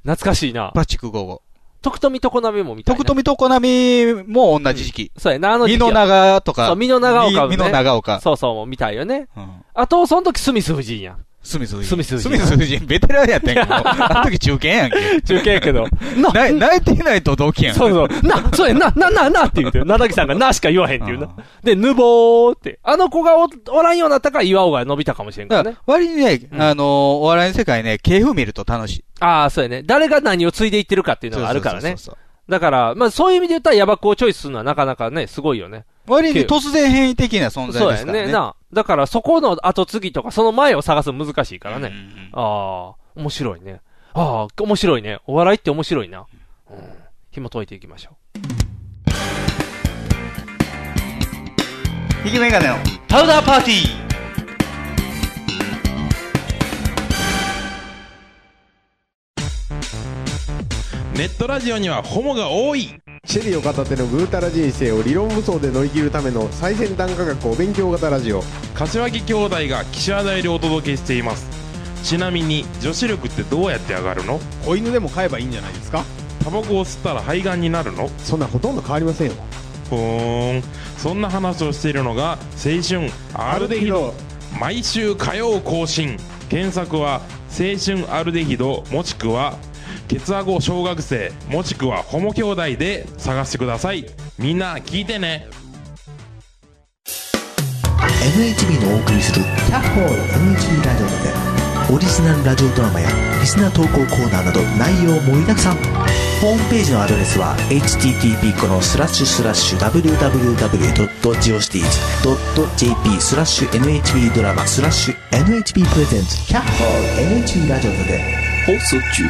C: 懐かしいな
B: プ。ラスチック55。
C: 徳富常鍋も見たいな。
B: 徳富とコナミも同じ時期。
C: そうやな、あの時
B: 美
C: 期は
B: 濃長とか。
C: そう、美濃長岡もね
B: 美濃長岡。
C: そうそう、もう見たいよね。
B: うん
C: あと、その時、スミス夫人やん。
B: スミス夫人。
C: スミス夫人
B: 夫人ベテランやったんやけ ど、あの時中堅やんけ。
C: 中継やけど。 な、
B: な泣いていないと同期やん。
C: そうそう、な、そうや、な、な、な、なって言うてる。なだぎさんがなしか言わへんっていう
B: う。
C: なんで、ぬぼーって。あの子がおおらんようになったから、岩尾が伸びたかもしれんか
B: だ
C: ら
B: か
C: ね
B: ら。割にね、
C: うん
B: あのーお笑いの世界ね、系譜見ると楽しい。
C: ああ、そうやね。誰が何を継いでいってるかっていうのがあるからね
B: そう。そうそうそ
C: だから、まあ、そういう意味で言ったら、野爆をチョイスするのはなかなかね、すごいよね。
B: う。割に突然変異的な存在
C: そう
B: で
C: や
B: すからね。
C: ね。な。だから、そこの後継ぎとか、その前を探すの難しいからね。
B: うんうん
C: ああ、面白いね。ああ、面白いね。お笑いって面白いな。うん。紐解いていきましょ
B: うん。引き眼鏡の
C: う。パウダーパーティー
D: ネットラジオにはホモが多い
E: シェリーを片手のぐうたら人生を理論武装で乗り切るための最先端科学お勉強型ラジオ
D: 柏木兄弟が岸和田よりお届けしていますちなみに女子力ってどうやって上がるの
F: 子犬でも飼えばいいんじゃないですか
D: タバコを吸ったら肺がんになるの
E: そんなんほとんど変わりませんよ
D: ふーんそんな話をしているのが青春アルデヒド毎週火曜更新検索は青春アルデヒドもしくはケツアゴ小学生もしくはホモ兄弟で探してくださいみんな聞いてね
G: NHB のお送りする「キャッホール NHB ラジオ」でオリジナルラジオドラマやリスナー投稿コーナーなど内容盛りだくさんホームページのアドレスは http このスラッシュスラッシュ www.geocities.jp スラッシュ NHB ドラマスラッシュ NHB プレゼンツキャッホール NHB ラジオで
A: 放送中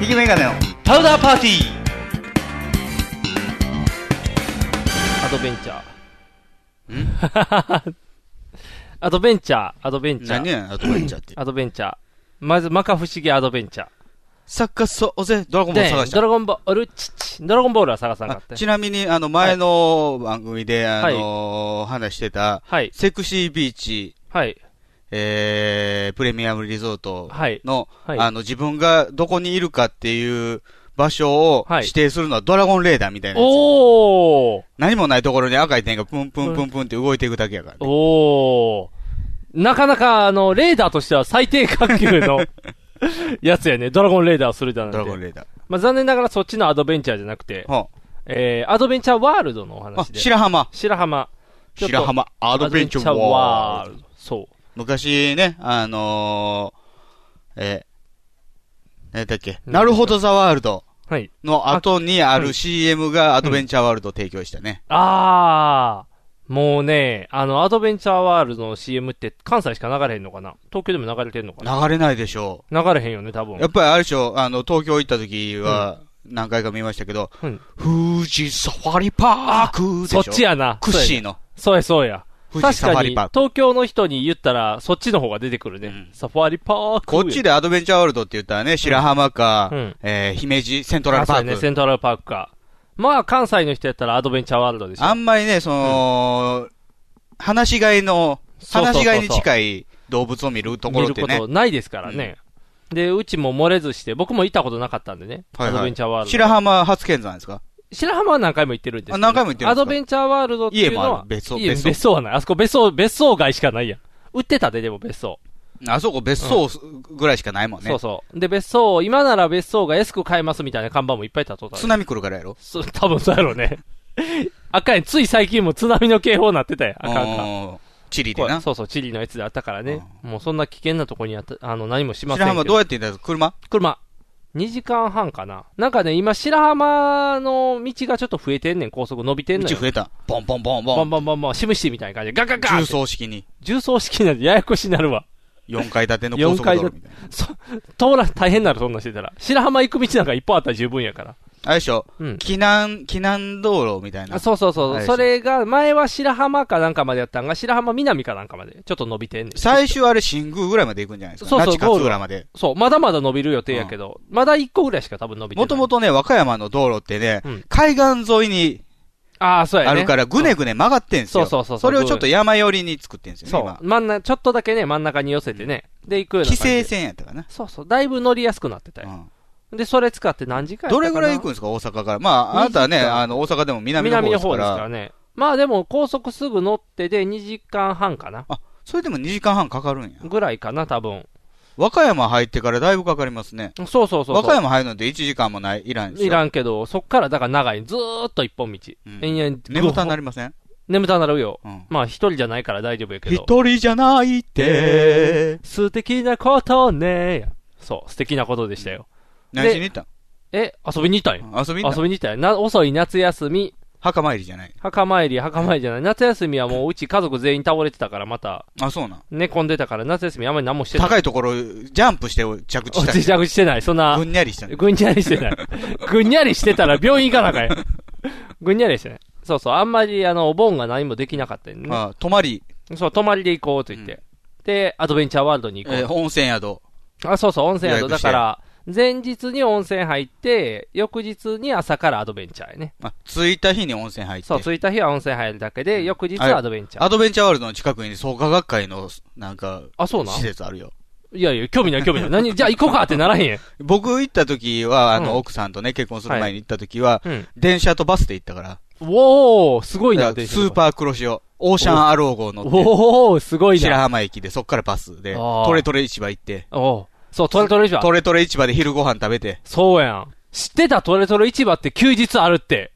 B: 引き眼鏡の
C: パウダーパーティーアドベンチャー。ん アドベンチャー、アドベンチャ
B: 何
C: ー。
B: やあと言っちゃって。
C: アドベンチャー。まず、摩訶不思議アドベンチャー。
B: 作家そうぜ、ドラゴンボール
C: で
B: 探し、
C: ド
B: た。
C: ラゴンボール、ちち、ドラゴンボールは探さなかっ
B: あ
C: たよ。
B: ちなみに、あの、前の番組で、あのー話してた、
C: はい、
B: セクシービーチ、
C: はい、
B: えー、プレミアムリゾート
C: はい、
B: の、
C: はい。
B: あの、自分がどこにいるかっていう場所を
C: はい
B: 指定するのはドラゴンレーダーみたいなやつ。
C: おー
B: 何もないところに赤い点がプンプンプンプンって動いていくだけやから、ね。
C: おー。なかなか、あの、レーダーとしては最低格 級のやつやね。ドラゴンレーダーをするだなん
B: ドラゴン
C: て。
B: レーダ
C: まあ、残念ながらそっちのアドベンチャーじゃなくて
B: ー。、は
C: えー、アドベンチャーワールドのお
B: あ、あ
C: 話で。
B: 白浜。
C: 白浜。ちょっと
B: 白。浜ア
C: ア
B: ドベンチャーワールド。
C: ルド。そ
B: 昔ね、あのー、えー、何だっけ、
C: うん
B: なるほどザワールド
C: う。はい。
B: の後にあ
C: は
B: る
C: い
B: CM がアドベンチャーワールドを提供したね。
C: あもうね、あの、アドベンチャーワールドの CM って関西しか流れへんのかな東京でも流れてんのかな
B: 流れないでしょ
C: 流れへんよね、多
B: う。
C: 分
B: や。っぱりあれでしょ、あの、東京行った時は、何回か見ましたけど、
C: うん
B: 富士サファリパークでし
C: そ
B: ょ。
C: っちやな。
B: クッシーの。
C: そうや、そうや。
B: 富士
C: 確
B: サフ
C: か
B: ァ
C: に、
B: リパーク。
C: 東京の人に言ったら、そっちの方が出てくるね。
B: うん
C: サファリパーク。
B: こっちでアドベンチャーワールドって言ったらね、白浜か、
C: うん
B: えー姫路セントラ
C: あ
B: ル
C: そう
B: パー
C: や
B: ク。
C: ね、セントラルパークか。まあ、関西の人やったらアドベンチャーワールドでしょ。
B: あんまりね、その、話し飼いの、
C: そうそう
B: 話
C: そうそう
B: し飼いに近い動物を見るところっ
C: 見
B: て
C: るこ
B: ね
C: と、ないですからね。で、うちも漏れずして、僕も行ったことなかったんでね。
B: はいはい
C: アドベンチャーワールド。
B: 白浜初見山ですか
C: 白浜は何回も行ってるんですけど
B: あ何回も行ってるんですか
C: アドベンチャーワールドっていうの
B: 家もあ
C: は
B: る。別荘
C: 家
B: 別荘
C: 別荘はない。あそこ別荘、別荘街しかないやん。売ってたで、でも別荘。
B: あそこ別荘ぐらいしかないもんね。
C: そうそう。で、別荘、今なら別荘が安く買えますみたいな看板もいっぱい立っとった
B: 津波来るからやろ
C: そう、多分そうやろうね。 あかんやんつい最近も津波の警報なってたやん。あかんあかん。
B: うんチリでな。
C: そうそう、チリのやつであったからね。もうそんな危険なとこにあった、あの、何もしません
B: 白
C: けど。
B: 浜どうやって行ったんですか車
C: 車。2時間半かな。なんかね、今、白浜の道がちょっと増えてんねん。高速伸びてんの
B: 道
C: よ。
B: 増えた。ポンポンポン
C: バ
B: ポ
C: ン
B: ン。
C: バンバンバン、シムシみたいな感じで、ガンガンガン
B: 重
C: って
B: 層式に
C: 重層式なんでややこしになるわ。
B: 4階建ての高速道路みたいな。
C: 通ら、大変なる、そんなんしてたら。白浜行く道なんか一本あったら十分やから。
B: あれでしょ
C: うん。
B: 避難、避難道路みたいな。
C: あそうそうそ
B: あれ
C: う。
B: です
C: それが、前は白浜かなんかまでやったんが、白浜南かなんかまで、ちょっと伸びてんねん。
B: 最終あれ新宮ぐらいまで行くんじゃないですか。
C: そうそう
B: 那智勝浦まで。
C: そう、まだまだ伸びる予定やけど、まだ一個ぐらいしか多分伸びてない。
B: もともとね、和歌山の道路ってね
C: うん、
B: 海岸沿いに
C: ああ、そうやね。
B: あるから、ぐねぐね曲がってんすよ。
C: そうそうそうそ
B: そうれをちょっと山寄りに作ってんすよね、
C: そ
B: 今
C: う。。真ん中、ちょっとだけね、真ん中に寄せてね。で、行くような
B: 規
C: 感じで。
B: 制線やったかな。
C: そうそう。だいぶ乗りやすくなってた
B: う
C: よ。
B: ん
C: で、それ使って何時間やっ
B: ど
C: たか
B: れ
C: な
B: ぐらい行くんですか、大阪から。まあ、あなたはね、
C: 二時間
B: あの、大阪でも南の方
C: 南
B: で
C: の
B: すか
C: 方です
B: ら
C: か。らね。まあでも、高速すぐ乗ってで2時間半かな。
B: それでも2時間半かかるんや。
C: ぐらいかな、多分。
B: 和歌山入ってからだいぶかかりますね。
C: そうそうそうそう。
B: 和歌山入るのって1時間もない、いらんですよ。
C: いらんけど、そっからだから長い。ずーっと一本道。
B: うん
C: 延々。
B: 眠たな
C: る。
B: りません
C: 眠たなるよ。
B: うん
C: まあ一人じゃないから大丈夫やけど。
B: 一人じゃないって。
C: 素敵なことね。そう、素敵なことでしたよ。
B: 何しに行った
C: え、遊びに行ったんよ。
B: の遊びに行った
C: 遊
B: の
C: びに行ったんよな。遅い夏休み、
B: 墓参りじゃない。
C: 墓参り、墓参りじゃない。夏休みはもううち家族全員倒れてたから、また
B: あ、そうなん。
C: 寝込んでたから、夏休みあんまり何もしてない。
B: 高いところ、ジャンプして着地
C: お
B: した
C: 自
B: り。
C: 宅してない。そんな
B: ぐ、んにゃりしたり。
C: ぐんにゃりしてない。ぐんにゃりしてたら 病院行かなあかんやん。ぐんにゃりしてない。そうそう、あんまりあの、お盆が何もできなかったんでね。
B: あ、泊まり、
C: そう、泊まりで行こうと言って。で、アドベンチャーワールドに行こう。
B: えー温泉宿。
C: あ、そうそう、温泉
B: 予
C: 宿。
B: 約
C: だ
B: して
C: から、前日に温泉入って、翌日に朝からアドベンチャーやね。
B: あ、着いた日に温泉入って。
C: そう、着いた日は温泉入るだけで、翌日
B: あれ
C: はアドベンチャー。
B: アドベンチャーワールドの近くに創価学会の、なんか、
C: あ、そうなん
B: 施設あるよ。
C: いやいや、興味ない興味ない。 何、じゃあ行こうかってならへんやん。
B: 僕行った時は、あの、
C: うん
B: 奥さんとね、結婚する前に行った時は、
C: うん。
B: 電車とバスで行ったから、
C: おー、すごい
B: だ
C: な、
B: から
C: 電車
B: スーパー黒潮、オーシャンアロー号乗って、
C: おー、すごい
B: 白
C: な。
B: 浜駅で、そっからバスで、
C: あー
B: トレトレ市場行って、
C: おー。そう、トレトレ市場
B: ト。レトレ市場で昼ご飯食べて、
C: そうやん。知ってたトレトレ市場って休日あるって。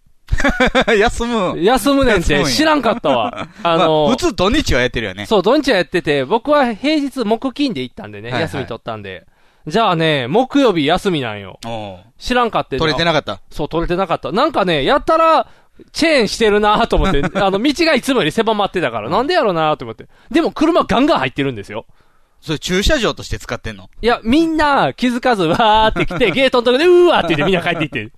B: 休む。
C: 休むねんっ
B: 休むん
C: て
B: や
C: 知らんかった わ。あ
B: ま
C: の
B: 普通土日はやってるよね。
C: そう、土日はやってて、僕は平日木金で行ったんで
B: は
C: ね、
B: いはい
C: 休み取ったんで。じゃあね、木曜日休みなんよ。
B: おう
C: 知らんかって
B: 取れてなかった。
C: そう、取れてなかった。なんかね、やったら、チェーンしてるなと 思って、あの、道がいつもより狭まってたから、なんでやろうなと思って。でも、車ガンガン入ってるんですよ。
B: それ駐車場として使ってんの。
C: いや、みんな気づかず、わーって 来て、ゲートのとこで、うーわーって言ってみんな帰っていってる。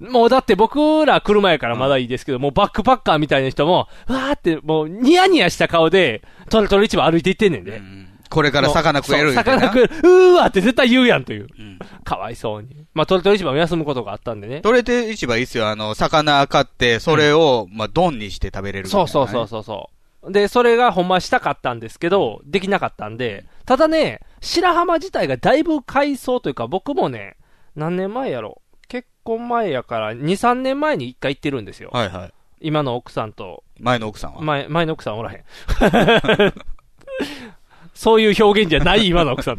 C: もうだって僕ら車やからまだいいですけど、もうバックパッカーみたいな人も、わーってもうニヤニヤした顔で、トレトレ市場歩いていってんねんで。
B: うんこれから魚食える
C: そう
B: みたい
C: 魚
B: な
C: 食える。うーわーって絶対言うやんという。
B: うん
C: かわいそうに。まあ、トレトレ市場も休むことがあったんでね。
B: トレテ市場いいっすよ。あの、魚買って、それを、まあ、丼にして食べれるみたいな
C: そう
B: ね。
C: そうそうそうそう。で、それがほんましたかったんですけど、できなかったんで、ただね、白浜自体がだいぶ改装というか、僕もね、何年前やろ結婚前やから、2、3年前に一回行ってるんですよ。
B: はいはい。
C: 今の奥さんと、
B: 前の奥さんは。
C: 前、前の奥さんおらへん。 そういう表現じゃない、今の奥さん。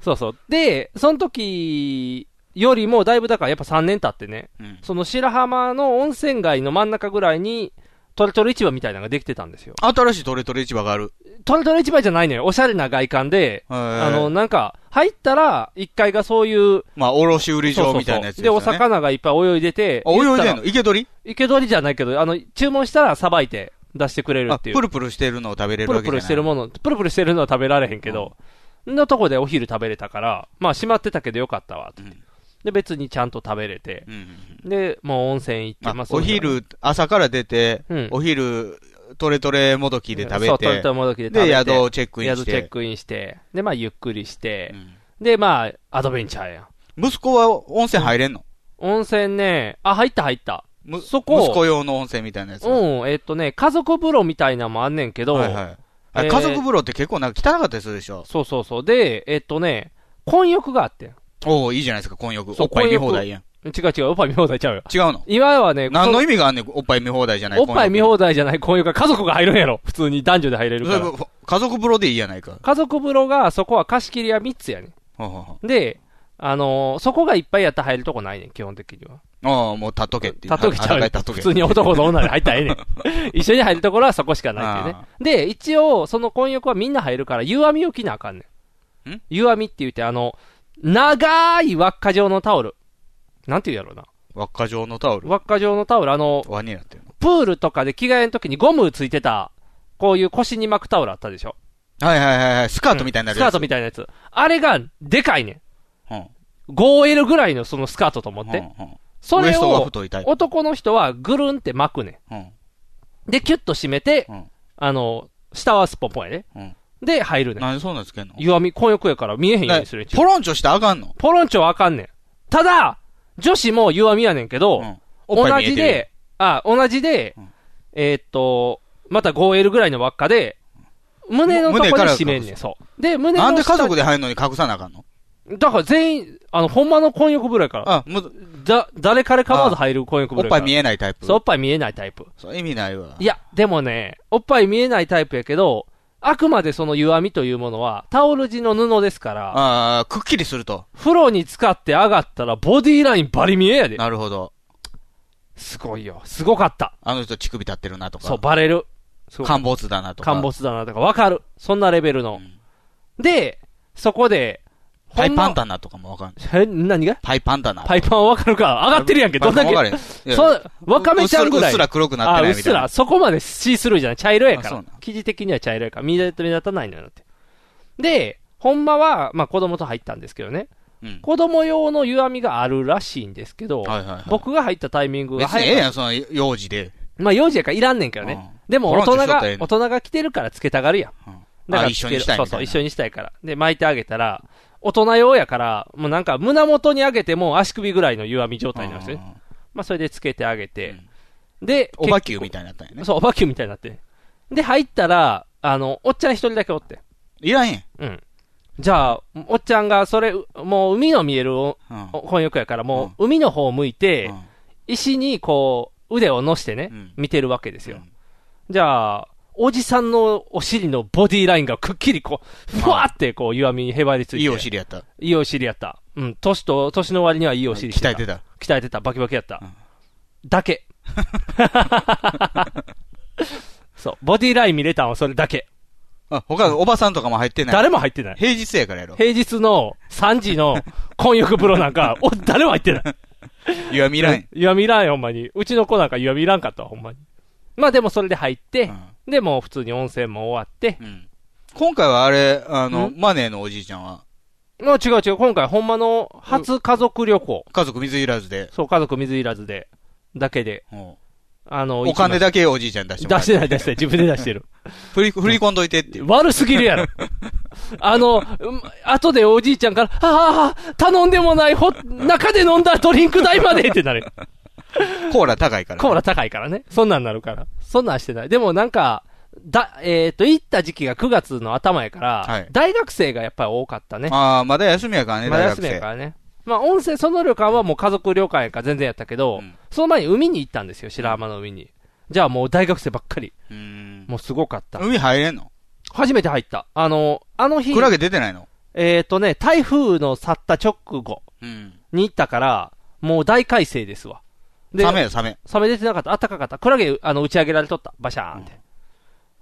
C: そうそう。で、その時よりも、だいぶだからやっぱ3年経ってね、
B: うん
C: その白浜の温泉街の真ん中ぐらいに、トレトレ市場みたいなのができてたんですよ。
B: 新しいトレトレ市場がある。
C: トレトレ市場じゃないのよ。おしゃれな外観で、
B: あ
C: あの、、なんか、入ったら、1階がそういう、
B: まあ、卸売
C: そう
B: 場
C: そう
B: みた
C: そ
B: いうなやつ
C: で、お魚がいっぱい泳いでて、
B: あ泳い
C: 言った
B: で
C: ら
B: んの生け捕り
C: 生け捕りじゃないけど、あの、注文したらさばいて出してくれる
B: あ、
C: っ
B: プ
C: ていう。
B: ルプルしてるのを食べれる
C: プ
B: わ
C: ル
B: けじ
C: プ
B: ゃない
C: ルしてるもの、プルプルしてるのは食べられへんけど、のとこでお昼食べれたから、まあ閉まってたけどよかったわって。
B: うん
C: で、別にちゃんと食べれて、
B: うん
C: で、もう温泉行って
B: あ
C: ます。
B: お昼、朝から出て、
C: うん
B: お昼、トレトレもどきで食べ
C: そう、
B: て、
C: 取ったもどきで食べて。
B: で、宿をチェックインし
C: 宿
B: て。
C: チェックインして、で、まあゆっくりして
B: う、ん
C: で、まあアドベンチャーやん。
B: 息子は温泉入れんの、
C: 温泉ね、あ、入った入った。
B: む
C: そこ
B: 息子用の温泉みたいなやつ。
C: うん、えっとね、家族風呂みたいなのもあんねんけど、
B: はいはい。あ
C: え
B: れ
C: ー
B: 家族風呂って結構なんか汚かったりするでしょ
C: そうそうそう。で、えっとね、混浴があってん。
B: おおいいじゃないですか、混浴。
C: そ
B: お
C: う
B: っぱい見放題やん。
C: 違う違う、おっぱい見放題ちゃうよ。
B: 違うの
C: 今はね、
B: 何
C: そ
B: の意味があんねん、おっぱい見放題じゃない。
C: おっぱい見
B: 題。
C: 放題じゃない混浴が家族が入るんやろ。普通に男女で入れる
B: そ
C: か
B: れ
C: ら。
B: 家族風呂でいいやないか。
C: 家族風呂が、そこは貸し切りは3つやね。
B: ほうほうほうん
C: で、あのーそこがいっぱいやったら入るとこないねん、基本的には。
B: ああ、もう立っとけっていう。
C: たとけちゃう
B: 裸
C: ねん
B: に立っとけ
C: 普通に男と女で入ったらえ えねん。一緒に入るところはそこしかないっていうね。で、一応、その混浴はみんな入るから、湯網を着なあかんねん。
B: ん
C: 湯網って言って、あの、長い輪っか状のタオル。なんて言うんやろうな。
B: 輪っか状のタオル。
C: 輪っか状のタオル、あの、
B: 輪になってるの。
C: プールとかで着替えの時にゴムついてた、こういう腰に巻くタオルあったでしょ。
B: はいはいはいはい。スカートみたいになる
C: スカ
B: や
C: ー
B: つ。
C: トみたいなやつ。あれが、でかいね
B: うん。うん
C: ん。5L ぐらいのそのスカートと思って。
B: うん
C: そ
B: ウエ
C: れ
B: ストが
C: を、
B: 太いタイプ。
C: 男の人はぐるんって巻くね
B: うん
C: ん。で、キュッと締めて、
B: うん
C: あの、下はスポンポンやね。
B: うん
C: で、入るねん。
B: なんでそんなんつけんの
C: 弱み、混浴やから見えへんようにするやん
B: ポロンチョしたらあかんの
C: ポロンチョはあかんねん。ただ、女子も弱みやねんけど、
B: うんおっぱ
C: 同
B: い見え
C: じ
B: てる
C: で、あ、同じで、
B: ん
C: えーっと、また 5L ぐらいの輪っかで、胸のとこに
B: 胸から
C: 締めんねん、そう。で、胸
B: な
C: の下
B: んで家族で入るのに隠さなあかんの
C: だから全員、あの、ほんまの混浴風呂やから。
B: あ、もう、
C: だ、誰彼かまず入る混浴
B: おっ
C: 風呂や
B: ぱ
C: から。
B: い見えないタイプ。
C: そう、おっぱい見えないタイプ。
B: そう意味ないわ。
C: いや、でもね、おっぱい見えないタイプやけど、あくまでその湯みというものは、タオル地の布ですから、
B: ああ、くっきりすると。
C: 風呂に使って上がったら、ボディラインバリ見えやで。
B: なるほど。
C: すごいよ。すごかった。
B: あの人乳首立ってるなとか。
C: そう、バレる。そう
B: 陥没だなとか。
C: 陥没だなとか、わかる。そんなレベルの。
B: ん
C: で、そこで、
B: パイパン
C: だ。
B: だなとかもわかんない。
C: え、何が
B: パイパンだな。
C: パイパンはわかるか。上がってるやんけ、どんだ
B: パイ
C: け
B: パン。わかるやん
C: そう、わかめちゃんぐら
B: うっ
C: い。
B: すら黒くなってないみたい
C: あ、う
B: な
C: っすら、。そこまでシースルーじゃない。茶色やか
B: あそう
C: ら
B: な。
C: 生地的には茶色やから。見立て目立たないのよだって。で、ほんまは、まあ子供と入ったんですけどね。
B: うん
C: 子供用の湯あみがあるらしいんですけど、
B: はいはいはい
C: 僕が入ったタイミングが
B: 別にええ
C: 早い。
B: やん、その幼児で。
C: まあ幼児やからいらんねんけどね。
B: うん
C: でも
B: ボラ
C: 大
B: ンチしと
C: 人
B: った
C: が
B: らええ、ねん
C: 大人が来てるからつけたがるやん。だから
B: あ、一緒にしたい
C: そう
B: み
C: そ
B: た
C: う、
B: い
C: 一
B: な。
C: 緒にしたいから。で、巻いてあげたら、大人用やから、もうなんか胸元にあげても足首ぐらいの湯あみ状態なんですよね。
B: うん
C: まあそれでつけてあげて。で、
B: おばきゅうみたいになったんやね。
C: そう、おばきゅうみたいになって。で、入ったら、あの、おっちゃん一人だけおって。
B: いらんやん。
C: うん。じゃあ、おっちゃんが、それ、うもう海の見えるお
B: うん
C: お混浴やから、もう海の方向いて、
B: うん
C: 石にこう、腕を乗してね、
B: うん
C: 見てるわけです
B: う
C: よ。
B: ん
C: じゃあ、おじさんのお尻のボディラインがくっきりこう、ふわーってこう、岩見にへばりついて。
B: いいお。尻やった。
C: いいお尻やった。うん。年と、年の割にはいいお尻して
B: 鍛えてた。
C: 鍛えてた、バキバキやった。
B: うん
C: だ け。そう、ボディライン見れたんはそれだけ。
B: あ、他、おばさんとかも入ってない。
C: 誰も入ってない。
B: 平日やからやろ。
C: 平日の3時の混浴風呂なんか、お、誰も入ってない。
B: いや、見らんやん。
C: いや、見らんよ、ほんまに。うちの子なんか、いや、見らんかったわ、ほんまに。まあでもそれで入って、で、もう普通に温泉も終わって、
B: うんうん今回はあれ、あの、
C: ん
B: マネーのおじいちゃんは、
C: もう違う違う、今回ほんまの初家族旅行。
B: 家族水入らずで、
C: そう、家族水いらずで、だけで、
B: うん
C: あの、
B: お金だけおじいちゃんに出し
C: 一
B: てもら
C: 枚出
B: っ
C: してない、出してない、自分で出してる。
B: 振り、振り込んどいてっていう。
C: 悪すぎるやろ。あの、うん後でおじいちゃんから、ああ、頼んでもない、ほ、中で飲んだドリンク代までってなる。
B: コーラ高いからね。
C: コーラ高いからね。そんなんなるから。そんなんしてない。でもなんか、だ、えっ、と、行った時期が9月の頭やから、
B: はい
C: 大学生がやっぱり多かったね。
B: ああ、まだ休みやからね、
C: まだ
B: 大学
C: 休みや
B: 生
C: か。らね。まあ、温泉、その旅館はもう家族旅館やから全然やったけど、
B: うん
C: その前に海に行ったんですよ、白浜の海に。じゃあもう大学生ばっかり。
B: うーん。
C: もうすごかった。
B: 海入れんの
C: 初めて入った。あの、あの日、
B: クラゲ出てないの
C: えっ、とね、台風の去った直後
B: うん。
C: に行ったから、もう大改正ですわ。
B: サメよ、サメ。
C: サメ出てなかった。あったかかった。クラゲ、あの、打ち上げられとった。バシャーンって。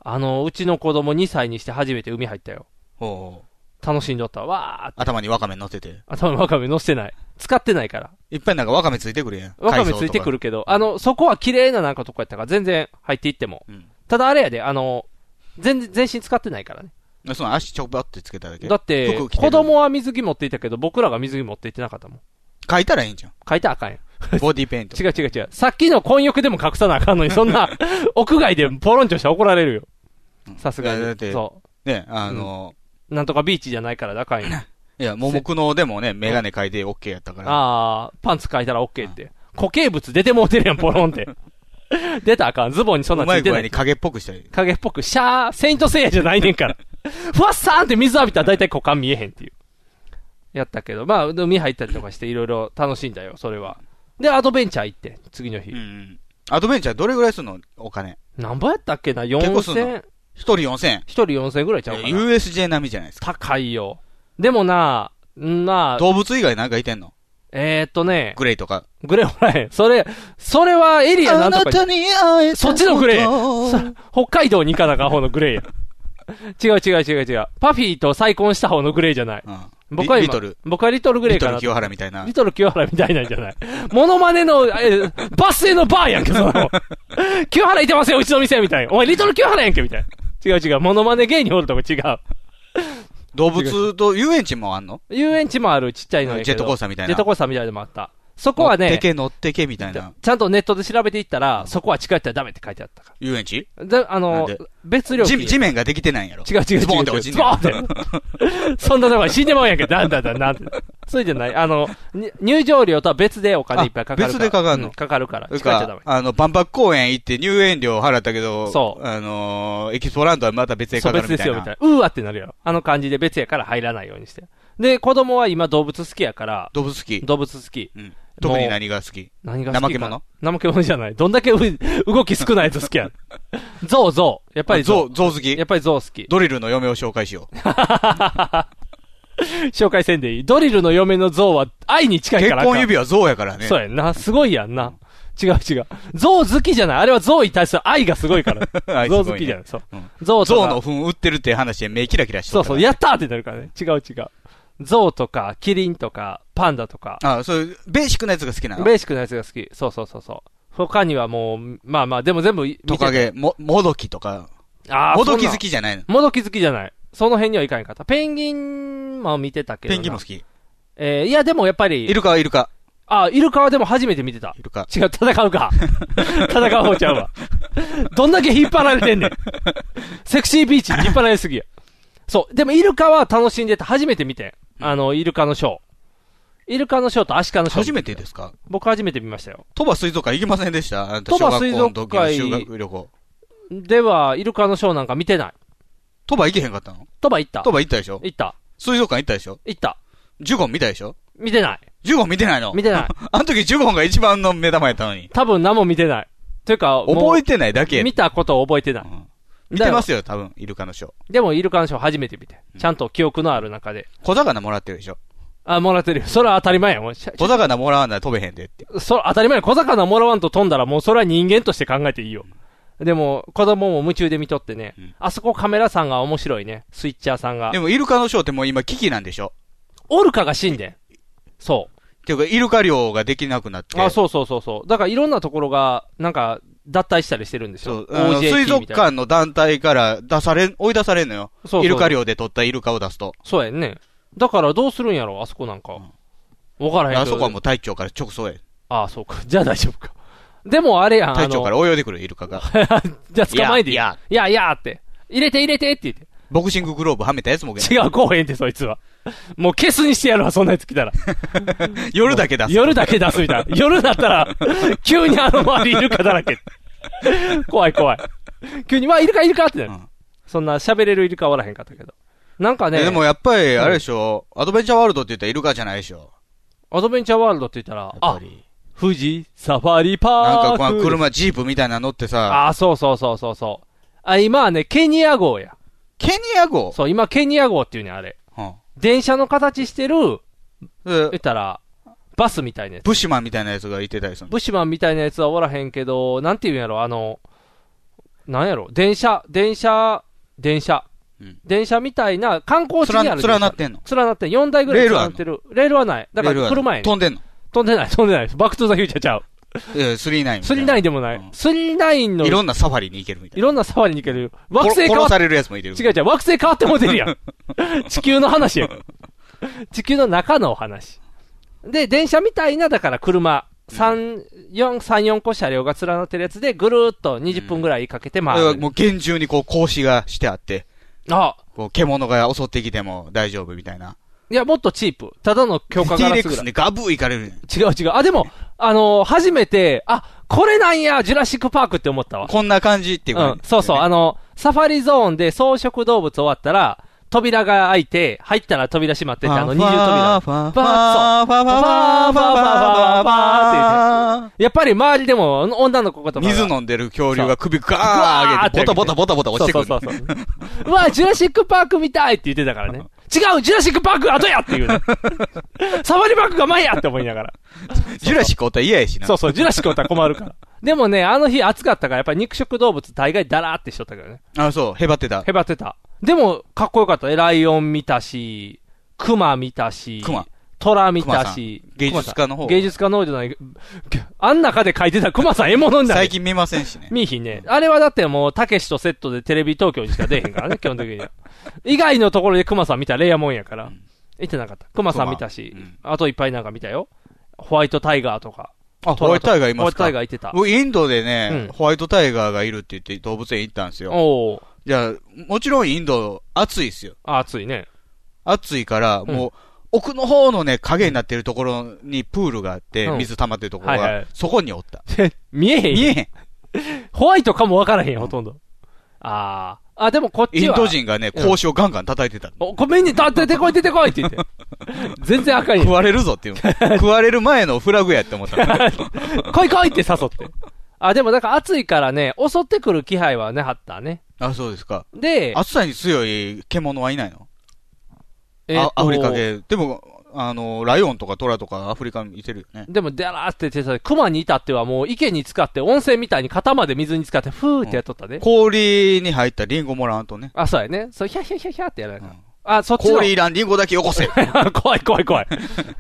C: あの、うちの子供2歳にして初めて海入ったよ。
B: ほうほう。
C: 楽しんどった。わーって。
B: 頭にワカメ乗ってて。
C: 頭にワカメ乗せてない。使ってないから。
B: いっぱいなんかワカメついてくるやん。
C: ワカメついてく
B: る。
C: るけど、あの、そこは綺麗ななんかとこやったから、全然入っていっても
B: うん。
C: ただあれやで、あの、全然、全身使ってないからね。
B: その足ちょばってつけただけ。
C: だって、
B: 服着て
C: 子
B: る
C: 供は水着持っていたけど、僕らが水着持っていってなかったもん。
B: 書いたらいいん じゃん。
C: 書いたらあかんやん。
B: ボディペイント。
C: 違う違う違う。さっきの混浴でも隠さなあかんのに、そ んな、屋外でポロンチョしたら怒られるよ。さすが
B: いやだっ
C: に。
B: て
C: そ
B: ね、あの、
C: う。なんとかビーチじゃないからだかんよ。
B: いや、ももクノでもね、メガネ書いて OK やったから。
C: ああ、パンツ書いたら OK って。固形物出てもうてるやん、ポロンって。出たらあかん。ズボンにそんな
B: うん
C: つ
B: まい
C: いて
B: 具
C: な
B: 合
C: い
B: に。影っぽくしたり。
C: 影っぽく、シャー、セイントセイヤじゃないね んから。ふわっさーんって水浴びたら大体股間見えへんっていう。やったけど、まあ、海入ったりとかしていろいろ楽しいんだよ、それは。で、アドベンチャー行って、次の日。
B: うんうん。アドベンチャーどれぐらいするのお金。
C: なんぼやったっけな
B: 結構すんの
C: ?4000、
B: 一人4000円。
C: 一人4000ぐらいちゃうか
B: え
C: な。
B: USJ 並みじゃないですか。
C: 高いよ。でもな、なあ、
B: 動物以外なんかいてんの
C: えー、っとね、
B: グレイとか。
C: グレーほらへん。それ、それはエリアなんとか言って
B: に会えた
C: そっちのグレ
B: こと
C: ー。北海道に行かなあかん方のグレーや。違う違う違う違う。パフィーと再婚した方のグレーじゃない。
B: うん。
C: 僕は
B: リ
C: 今、
B: リトル。
C: 僕はリトルグレ
B: リ
C: ー
B: ト
C: か
B: ル
C: な。
B: 清原みたいな
C: リ。トル清原みたいなんじゃない。モノマネの、え、 バス停のバーやんけ、その。清原いてますよ、うちの店みたいな。お前、リトル清原やんけ、みたいな。違う違う、モノマネ芸人おるとこ違う。
B: 動物と遊園地もあんの
C: 遊園地もあるちっちゃいのやけど
B: ジェットコースターみたいな
C: ジェットコースターみたいなのもあった。そこは
B: 乗って
C: ね、
B: け乗ってけみたいな。
C: ちゃんとネットで調べていったら、そこは近寄ったらダメって書いてあったか
B: 遊園地
C: ら。で、あの
B: なんで、
C: 別料金。
B: 地地面ができてないんやろ。
C: 違う違う違う。
B: ズボンって落ちんねやろ
C: ズボンってそんなとこ死んでまうんやけど、なんだなんだなんだ。それじゃない。あの、に入場料とは別でお金いっぱいかかるから。
B: あ別でかかんの
C: うんかかるから。
B: だ
C: 近いっちゃ
B: か
C: ダメ。
B: あの、万博公園行って入園料払ったけど、
C: そう
B: あのーエキスポランドはまた別でか
C: そう
B: かる
C: 別
B: み
C: で
B: たい
C: すよ、
B: な。
C: みたいな。うーわってなるやろ。あの感じで別やから入らないようにして。で、子供は今動物好きやから、
B: 動物好き。
C: 動物好き。
B: うん特に何が好き
C: 何が好きか
B: 怠け者
C: 怠け者じゃない。どんだけう動き少ないやつ 好きやん。ゾウゾウ。やっぱりゾ
B: ゾ
C: ウ。
B: ウ、ゾウ好き
C: やっぱりゾウ好き。
B: ドリルの嫁を紹介しよ う。
C: 紹介せんでいい。ドリルの嫁のゾウは愛に近い
B: 結
C: からあかん。
B: 婚指輪ゾウやからね。
C: そうやんな。すごいやんな。違う違う。象好きじゃない。あれは象に対する愛がすごいから
B: 愛。すご
C: 象
B: いね
C: 好きじゃない。そう
B: うん。
C: 象と
B: ゾウ
C: か
B: の糞売ってるって話で目キラキラし
C: そ
B: と
C: う
B: ったか
C: そ
B: ら
C: う。やったーってなるからね。違う違う。象とか、キリンとか、パンダとか、
B: あ、そういう、ベーシックなやつが好きなの
C: ベーシックなやつが好き。そうそうそうそう。他にはもう、まあまあ、でも全部見てた
B: トカ。ゲ、も、もどきとか。
C: ああ、
B: もどき好
C: き。
B: きじゃないの。
C: もどき好きじゃない。その辺にはいかんかった。ペンギンも見てたけどな。
B: ペンギンも好き。
C: えー、いやでもやっぱり、
B: イルカはイルカ。
C: あ、イルカはでも初めて見てた
B: イ。ルカ。
C: 違う、戦う か。戦う方ちゃうわ。どんだけ引っ張られてんねん。セクシービーチに引っ張られすぎや。そう。でも、イルカは楽しんでた。初めて見てん。あの、イルカのショー。イルカのショーとアシカのショー。
B: 初めてですか
C: 僕初めて見ましたよ。
B: 鳥羽水族館行きませんでしたあんた
C: 鳥
B: 小
C: 羽
B: 学
C: 水
B: 校の
C: 族
B: 時の
C: 館
B: 修学旅行。
C: では、イルカのショーなんか見てない。
B: 鳥羽行けへんかったの
C: 鳥羽行った。
B: 鳥羽行ったでしょ
C: 行った。
B: 水族館行ったでしょ
C: 行った。
B: ジュゴン見たでしょ
C: 見てない。
B: ジュゴン見てないの
C: 見てない。
B: あの時ジュゴンが一番の目玉やったのに。
C: 多分何も見てない。というか、も
B: 覚
C: う
B: えてないだけ。
C: 見たことを覚えてない。
B: うん見てますよ、多分、イルカのショー。
C: でも、イルカのショー初めて見て。ちゃんと記憶のある中で。
B: 小魚もらってるでしょ
C: あ、もらってるよ。それは当たり前やもん。し
B: 小魚もらわない飛べへんでって。
C: そ当たり前小魚もらわんと飛んだらもうそれは人間として考えていいよ。でも、子供も夢中で見とってね、
B: ん
C: あそこカメラさんが面白いね。スイッチャーさんが
B: で。も、イルカのショーってもう今危機なんでしょ
C: オルカが死んでん。そ
B: っていうか、イルカ漁ができなくなって。
C: う。あ、そうそうそうそう。だからいろんなところが、なんか、脱退したりしてるんでし
B: そ
C: ょ
B: う。。あの
C: OJT
B: 水族
C: みたいな
B: 館の団体から出されん、追い出されんのよ。
C: そうそう
B: イルカ漁で取ったイルカを出すと。
C: そうやんね。だからどうするんやろ、あそこなんか。わからへん
B: あ
C: け
B: そ
C: ど。
B: こはもう隊長から直送へ。
C: あそうか。じゃあ大丈夫か。でもあれやん、あの
B: 隊長から泳いでくるイルカが。
C: じゃあ捕まえていい
B: いや
C: いやいやーって。入れて入れてって言って。
B: ボクシンググローブはめたやつも
C: 違う、こうへんって、そいつは。もう、ケスにしてやるわ、そんなやつ来たら。
B: 夜だけ出す。
C: 夜だけ出すみた いな。夜だったら、急にあの周りイルカだらけ。怖い怖い。急に、わ、イルカイルカってなる。
B: うん
C: そんな喋れるイルカおらへんかったけど。なんかね、
B: でもやっぱり、あれでしょ、アドベンチャーワールドって言ったらイルカじゃないでしょ。
C: アドベンチャーワールドって言ったら、あ、富士サファリ
B: なん
C: パー
B: か
C: ク。
B: こう、車、ジープみたいなの乗ってさ、
C: あー、そうそうそうそうそう。あ、今はね、ケニア号や。
B: ケニア号
C: そう、今ケニア号っていうねん、あれ。
B: うん
C: 電車の形してる、言
B: で
C: ったら、バスみたいなやつ。
B: ブッシュマンみたいなやつがいてたりするの
C: ブッシュマンみたいなやつはおらへんけど、なんて言うんやろ、あの、なんやろ、電車、電車、電車、
B: うん
C: 電車みたいな観光地にある
B: つら連なってんの
C: 連なってん4台ぐら
B: レ
C: い
B: ー
C: 連
B: ルあん
C: な
B: の
C: ってる。レールはない。だ
B: レ
C: か
B: ール
C: ら
B: は
C: 車やねん
B: 飛んでんの
C: 飛んでない、飛んでない。バックトゥザフューチャーちゃう。
B: えー、39みた
C: ス
B: い
C: リ
B: な。
C: ーナインでもな
B: うん
C: い。スリーナインの、
B: い
C: い
B: ろんなサファリに行けるみたいな。
C: ろんなサファリに行ける。惑
B: 殺
C: 星変わ
B: 殺
C: っ
B: されるやつもいてる。
C: 違う違う、惑星変わってもうてるや ん。地球の話やん。地球の中のお話。で、電車みたいな、だから車。三、四、三、四個車両が連なってるやつで、ぐるーっと20分ぐらいかけて
B: だ
C: 回
B: か
C: る。
B: らもう厳重にこう、格子がしてあって、
C: あ、
B: こう、獣が襲ってきても大丈夫みたいな。
C: いや、もっとチープ。ただの強化ガラスぐら
B: T-Rex
C: い。
B: にガブー行かれる。
C: 違う違う。あ、でも、あのー初めて、あ、これなんや、ジュラシックパークって思ったわ。
B: こんな感じっていう
C: う
B: か
C: ん、そうそう、あの、サファリゾーンで草食動物終わったら、扉が開いて、入ったら扉閉まってて、あの二重扉。
B: ファー
C: バーッと
B: ファーファーファーファーファーファーファーファーファーファーファーファーファーファーファーファー
C: やっぱり周りでも、女の子とかが。
B: 水飲んでる恐竜が首ガーッ上げて、ボタボタボタボタ落ちてくる。
C: そうそうそうそう。うわ、ジュラシックパークみたいって言ってたからね。違うジュラシックパーク後やっていうね。サファリパークが前やって思いながら。
B: ジュラシックおったら嫌やしな。
C: そうそう、ジュラシックおったら困るから。でもね、あの日暑かったから、やっぱり肉食動物大概ダラーってしとったけどね。
B: あ、そう、へばってた。
C: へばってた。でも、かっこよかった。えライオン見たし、クマ見たし、
B: クマ。
C: トラ見たし、
B: クマさん芸術家の方
C: クマさん芸術家の方じゃない。あん中で書いてたクマさん獲物になる
B: 最。近見ませんしね。
C: 見いひんね。あれはだってもう、たけしとセットでテレビ東京にしか出えへんからね、基本的には。以外のところでクマさん見たらレアもんやから。見てなかった。クマさん見たし
B: クマうん、
C: あといっぱいなんか見たよ。ホワイトタイガーとか。
B: あ、ホワイトタイガーい
C: ホワ
B: ま
C: イ
B: す
C: トタ
B: か
C: イガーいてた。
B: 僕、インドでね、
C: うん
B: ホワイトタイガーがいるって言って動物園行ったんですよ。
C: おー。
B: じゃあ、もちろんインド、暑いですよ。
C: あ、暑いね。
B: 暑いから、もう、奥の方のね、影になってるところにプールがあって、
C: うん
B: 水溜まってるところが、
C: はいはい
B: そこにおった。
C: 見えへん
B: 見
C: やん。
B: えへん。
C: ホワイトかもわからへんよ、ほとんど。ああ。あ、でもこっちは。
B: インド人がね、
C: うん
B: 格子をガンガン叩いてた。
C: お。ごめんね、だ出てこい、出てこいって 言って。全然赤いね
B: 食。われるぞっていう。 食われる前のフラグやって思った。
C: 来い来いって誘って。あ、でもなんか暑いからね、襲ってくる気配はね、あったね。
B: あ、そうですか。
C: で、
B: 暑さに強い獣はいないの、
C: えーっと
B: あアフリカ。系。でも、あの、ライオンとかトラとかアフリカにいてるよね。
C: でも、でらーって言ってた。熊に至ってはもう池に使って、温泉みたいに肩まで水に使って、ふーってやっとったね。
B: 氷に入ったリンゴもらわんとね。
C: あ、そうやね。そう、ヒャヒャヒャヒャってやられた。
B: うん
C: あ、そっちの。
B: 氷いらん、リンゴだけよこせ。
C: 怖い怖い怖い。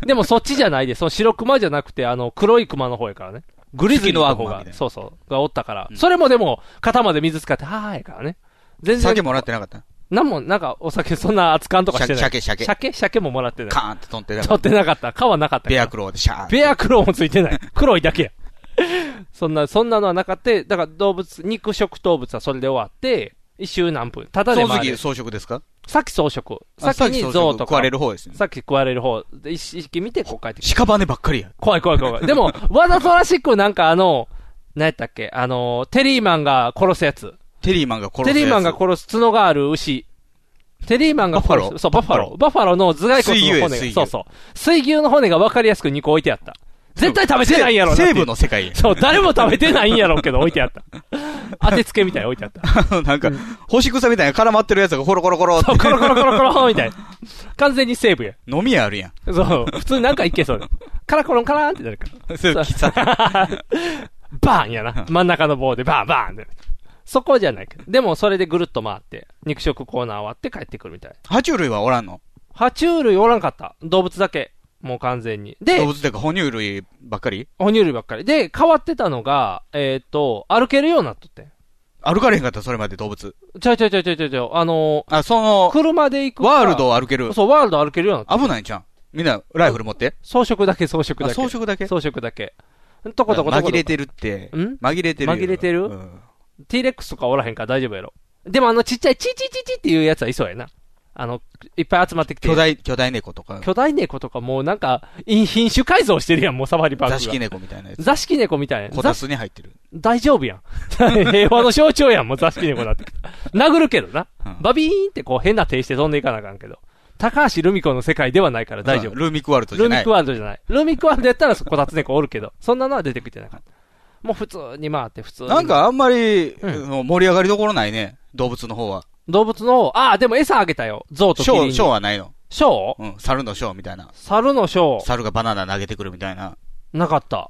C: でもそっちじゃないで、その白熊じゃなくて、あの、黒い熊の方やからね。グリズリーの方
B: 月の悪魔み
C: が
B: たい、な
C: そうそう、がおったから。
B: うん
C: それもでも、肩まで水使って、はーいからね。全然。
B: 酒もらってなかった。
C: なんも、なんか、お酒そんな扱うとかしてない。
B: 鮭鮭
C: 鮭鮭ももらってない
B: カ。ーンって飛んでなか
C: 取
B: っ
C: ってなかった。皮はなかっ
B: た。
C: たか
B: ベ
C: ら
B: アクローでシャーン。
C: ベアクローもついてない。黒いだけや。そんな、そんなのはなかった。だから動物、肉食動物はそれで終わって、一周何分。ただで
B: その
C: 回れ
B: 次
C: る。
B: 装飾ですか
C: さっき草食。さ
B: あ
C: っきに
B: 草食
C: 象と
B: 食わ
C: か
B: れ。る方ですね。
C: さっき食われる方。で一式見て、こう帰ってきた
B: 屍ばっかりや。
C: 怖い怖い怖い。でも、 わざとらしくなんかあの、何やったっけあの、テリーマンが殺すやつ。
B: テリーマンが殺すや
C: テ
B: つ。
C: リーマンが殺す角がある牛。テリーマンが殺
B: バッファ
C: す。
B: ロー
C: そう、バッファロー。バッファローの頭蓋骨の
B: 水牛や水
C: 骨
B: 牛
C: が。そうそう。水牛の骨が分かりやすく2個置いてあった。絶対食べてないんやろなってい
B: 西
C: う
B: 部の世 界や。
C: そう、誰も食べてないんやろうけど置いてあった。当てつけみたいに置いてあった。
B: あのなんか、干し草みたいな絡まってるやつがコロコロコロって
C: そう、コロコロコロコロみたいな。完全にセーブや。
B: 飲み屋あるやん。
C: そう、普通なんかいけそうで。カラコロンカラーンってなるから。
B: それ喫茶店
C: バーンやな。真ん中の棒でバーンバーンって。そこじゃないけど。でもそれでぐるっと回って、肉食コーナー終わって帰ってくるみたい。
B: 爬虫類はおらんの
C: 爬虫類おらんかった。動物だけ。もう完全に。で
B: 動、物っていうか哺乳類ばっかり
C: 哺乳類ばっかり。で、変わってたのが、えっ、と、歩けるようになっとって。
B: 歩かれへんかった、それまで動物。
C: ちゃうちゃうちゃうちゃうちゃうちゃう。あの
B: あ、その
C: ー、車で行くか
B: ワールドを歩ける。
C: そう、ワールド歩けるようになった。
B: 危ないんちゃん。みんな、ライフル持って。
C: 装飾だけ、装飾だけ。
B: あ装飾だけ
C: 装飾だけ。とことことこと。
B: 紛れてるって。
C: ん
B: 紛れてるよ。
C: 紛れてる
B: うん、
C: T-Rex とかおらへんから大丈夫やろ。でもあのちっちゃいチーチーチーチーっていうやつはいそうやな。あの、いっぱい集まってきて。
B: 巨大、巨大猫とか、
C: 巨大猫とかもうなんか、い品種改造してるやん、もうサファリパークが。
B: 座敷猫みたいなやつ。
C: 座敷猫みたいな。
B: こた
C: 座
B: つに入ってる。
C: 大丈夫やん。 平和の象徴やん、もう座敷猫だって。殴るけどな。
B: うん
C: バビーンってこう変な手して飛んでいかなあかんけど。高橋ルミ子の世界ではないから大丈
B: う
C: 夫
B: ん。ルーミックワールドじ
C: ル
B: ゃ
C: ミ
B: な
C: ッ
B: い
C: ク。ワールドじゃない。ルミックワールドやったらこたつ猫おるけど、そんなのは出てきてなかった。もう普通に回って普通に。
B: なんかあんまり、
C: うん
B: もう盛り上がりどころないね。動物の方は。
C: 動物の方、ああ、でも餌あげたよ。象と
B: シ
C: キリン
B: ョー、
C: に。
B: ショーはないの。
C: ショー
B: うん。猿のショーみたいな。
C: 猿のショー、
B: 猿がバナナ投げてくるみたいな。
C: なかった。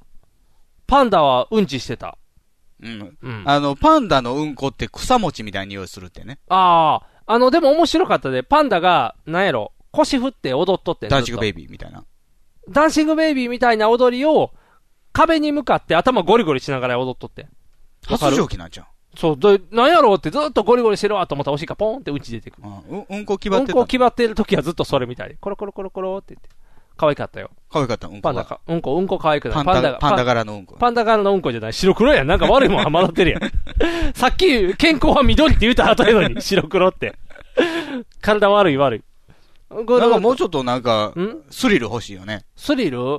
C: パンダはうんちしてた。
B: うん。
C: うん。あ
B: あの、パンダのうんこって草餅みたいな匂いするってね。
C: あー、あの、でも面白かったで、パンダが、なんやろ、腰振って踊っとってん
B: ダンシングベ
C: イ
B: イビーみたいな。
C: ビー。ダンシングベイビーみたいな踊りを、壁に向かって頭ゴリゴリしながら踊っとって。わか
B: 発
C: る
B: 情期なんじゃん。
C: そう、で、なんやろうってずっとゴリゴリしてるわと思ったらおしいかポーンってうち出てくる。
B: うん、うんこ決まっ
C: うん
B: て
C: こ
B: た。
C: 決まってる時はずっとそれみたいで、コロコロコロコロって言って。可愛かったよ。
B: 可愛かった、うん
C: パ
B: こ
C: ンダ
B: が。
C: か、うんこ、うんこ可愛くな
B: パ
C: い。
B: ンダ、パンダ
C: パ
B: 柄のうんこ。
C: パンダ柄のうんこじゃない。白黒やん。なんか悪いもんは混ざってるやん。 さっき健康は緑って言うた後やのに、白黒って。体悪い悪い。これ
B: なんかもうちょっとなんか、
C: ん
B: スリル欲しいよね。
C: スリル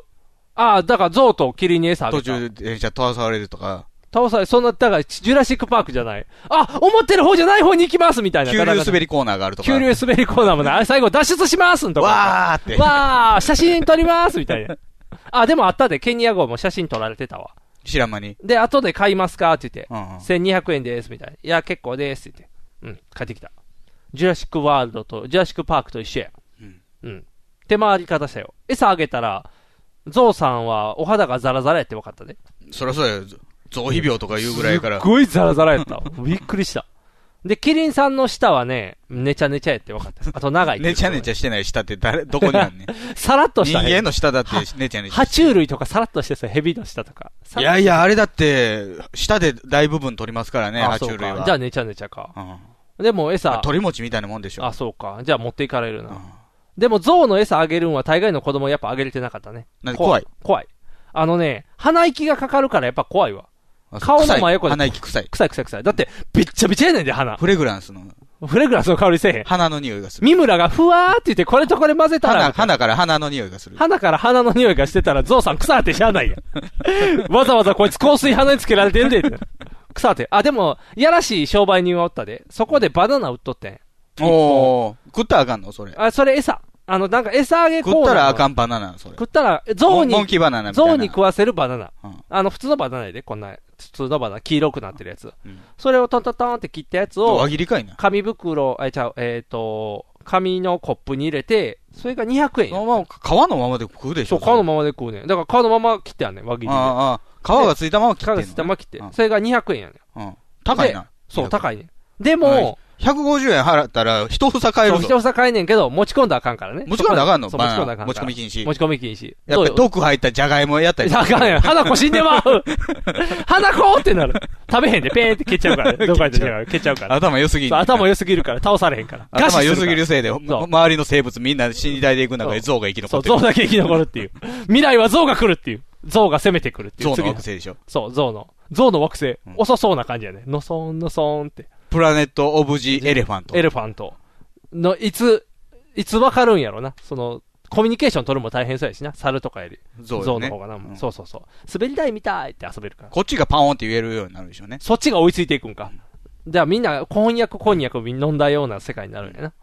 C: ああ、だから象と霧に餌あげ
B: 途
C: た。
B: 中で電車飛ばされるとか、
C: 倒され、そんな、だから、ジュラシックパークじゃない。あ、思ってる方じゃない方に行きますみたいな。
B: 急流滑りコーナーがあるとか。
C: 急流滑りコーナーもない。あれ最後脱出しますんとか。
B: わーって。
C: わー写真撮りますみたいな。あ、でもあったで、ケニア号も写真撮られてたわ。
B: 知らん間に。
C: で、後で買いますかって言って、
B: うんうん
C: 1200円ですみたいな。いや、結構ですって言って。うん、帰ってきた。ジュラシックワールドと、ジュラシックパークと一緒や。
B: うん
C: うん。手回り方したよ。餌あげたら、ゾウさんはお肌がザラザラやって分かったで。
B: そりゃそうや、ぞ増肥病とかいうぐらいから
C: すっ。ごいザラザラやった。 びっくりした。で、キリンさんの舌はね、ねちゃねちゃやって分かった。あと長い。
B: ねちゃねちゃしてない舌って誰、どこにあんねん。
C: ゃ。 さらっとし
B: 人
C: た。
B: 間の舌だってねちゃねちゃ
C: 爬。虫類とかさらっとしてさ、ヘビの舌とか。さ
B: いやいや、あれだって、舌で大部分取りますからね、
C: あ
B: 爬
C: そう
B: 虫類
C: か
B: は。
C: じゃあねちゃねちゃか。
B: うん
C: でも餌。
B: 鳥餅みたいなもんでしょ。
C: あ、そうか。じゃあ持っていかれる
B: うん
C: な。でも象の餌あげるんは大概の子供やっぱあげれてなかったね。
B: なんで怖い。。
C: 怖い。あのね、鼻息がかかるからやっぱ怖いわ。
B: あ
C: 顔の
B: 臭い
C: 真横で
B: 鼻息臭い。
C: 臭い臭い臭い。だって、びっちゃびちゃやねんで、鼻。
B: フレグランスの、
C: フレグランスの香りせえへん。
B: 鼻の匂いがする。
C: 三村がふわーって言って、これとこれ混ぜたら
B: 鼻、、鼻から鼻の匂いがする。
C: 鼻から鼻の匂いがしてたら、ゾウさん腐ってしゃあないや ん。わざわざこいつ香水鼻につけられてるでって。腐って。あ、でも、やらしい商売人はおったで。そこでバナナ売っとってん。
B: おー。食ったらあかんのそれ。
C: あ、それ餌。あの、なんか餌あげコーナー
B: 食
C: の。
B: ったらあかんバナナ、それ。
C: 食ったら、ゾウに
B: モン、キーバナナみたいな。
C: ゾウに食わせるバナナ。
B: うん
C: あの、普通のバナナやで、こんな、普通のバナナ、黄色くなってるやつ。
B: ん
C: それをトントントンって切ったやつを
B: 輪、切りかいな。
C: 紙袋、え、ちゃう、えっ、と、紙のコップに入れて、それが200円
B: そ
C: や
B: の。まま、皮のままで食うでし
C: そ
B: ょ
C: う、皮のままで食うねん。だから皮のまま切ってあんねん、輪切りで。
B: ああ、ああ皮がついたまま切ってん
C: 皮
B: の
C: が
B: ね
C: ついたまま切って
B: う。ん
C: それが200円やねん。
B: うん。高いな。
C: そう、
B: い。
C: 高いねん。でも、
B: 150円払ったら、一房買え
C: そう、
B: るぞ。
C: 一房買えねんけど、持ち込んだらあかんからね。
B: 持ち込んだらあかんの
C: そう
B: バ
C: 持
B: ナ
C: ち
B: ナ
C: 込んだらあかんから。
B: 持ち込み禁止
C: 持ち込み禁止。
B: やっぱり
C: どうよ
B: 毒入ったじゃがいもやったりする
C: あかんやん。花子死んでまう。花子ってなる。食べへんで、ペーンって蹴っちゃ うから。どこかで蹴っちゃうから。
B: 頭良すぎん
C: そう
B: ねん
C: 頭良すぎるから、倒されへんから。
B: 頭
C: 餓
B: 良
C: 死
B: す
C: から
B: ぎるせいで、ま
C: そう
B: 周りの生物みんな死に体で行く中で象が生き残
C: そ
B: っ
C: う、
B: てる
C: 象。だけ生き残るっていう。未来は象が来るっていう。象が攻めてくるってい
B: 象
C: う。
B: の
C: 次
B: 惑星でしょ。
C: そう、象の。象の惑星
B: ん。
C: 遅そうな感じやね。のそんのそんって。
B: プラネット・オブ・ジ・エレファント
C: エ。レファント。の、いつ、いつわかるんやろな。その、コミュニケーション取るのも大変そうやしな。猿とかより。
B: 象よ
C: 象
B: ね
C: の方がな。
B: うん
C: そうそうそう。滑り台みたいって遊べるから。
B: こっちがパーンって言えるようになるでしょうね。
C: そっちが追いついていくんか。じゃあみんな、こんにゃくこんにゃくを飲んだような世界になるんやな。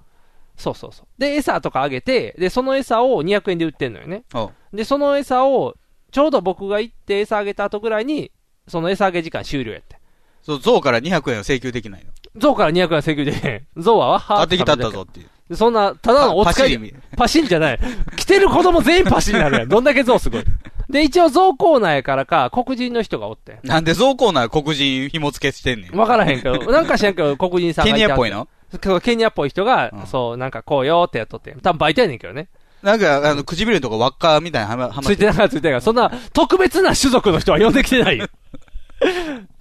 C: そうそうそう。で、餌とかあげて、で、その餌を200円で売ってんのよね。
B: おう
C: で、その餌を、ちょうど僕が行って餌あげた後ぐらいに、その餌あげ時間終了やって。
B: そう、象から200円を請求できないの。
C: ゾウから200円請求で、ゾウはわっ
B: 買
C: はー
B: ってきたったぞ。っていう。
C: でそんな、ただのお使
B: パ
C: い
B: パシリみ
C: パシンじゃない。来てる子供全員パシンになるやん。どんだけゾウすごい。で、一応ゾウコーナーやからか、黒人の人がおって。
B: なんで象コーナー黒人紐付けしてんねん。
C: わからへんけど、なんか知らんけど、黒人さんが
B: ケニ
C: てはて
B: アっぽいの
C: そうケニアっぽい人が、
B: うん
C: そう、なんかこうよーってやっとって。多分バイトやねんけどね。
B: なんか、あの、唇のとこ輪っかみたいにはま、はま
C: ついてながらついてながら、そんな特別な種族の人は呼んでき てないよ。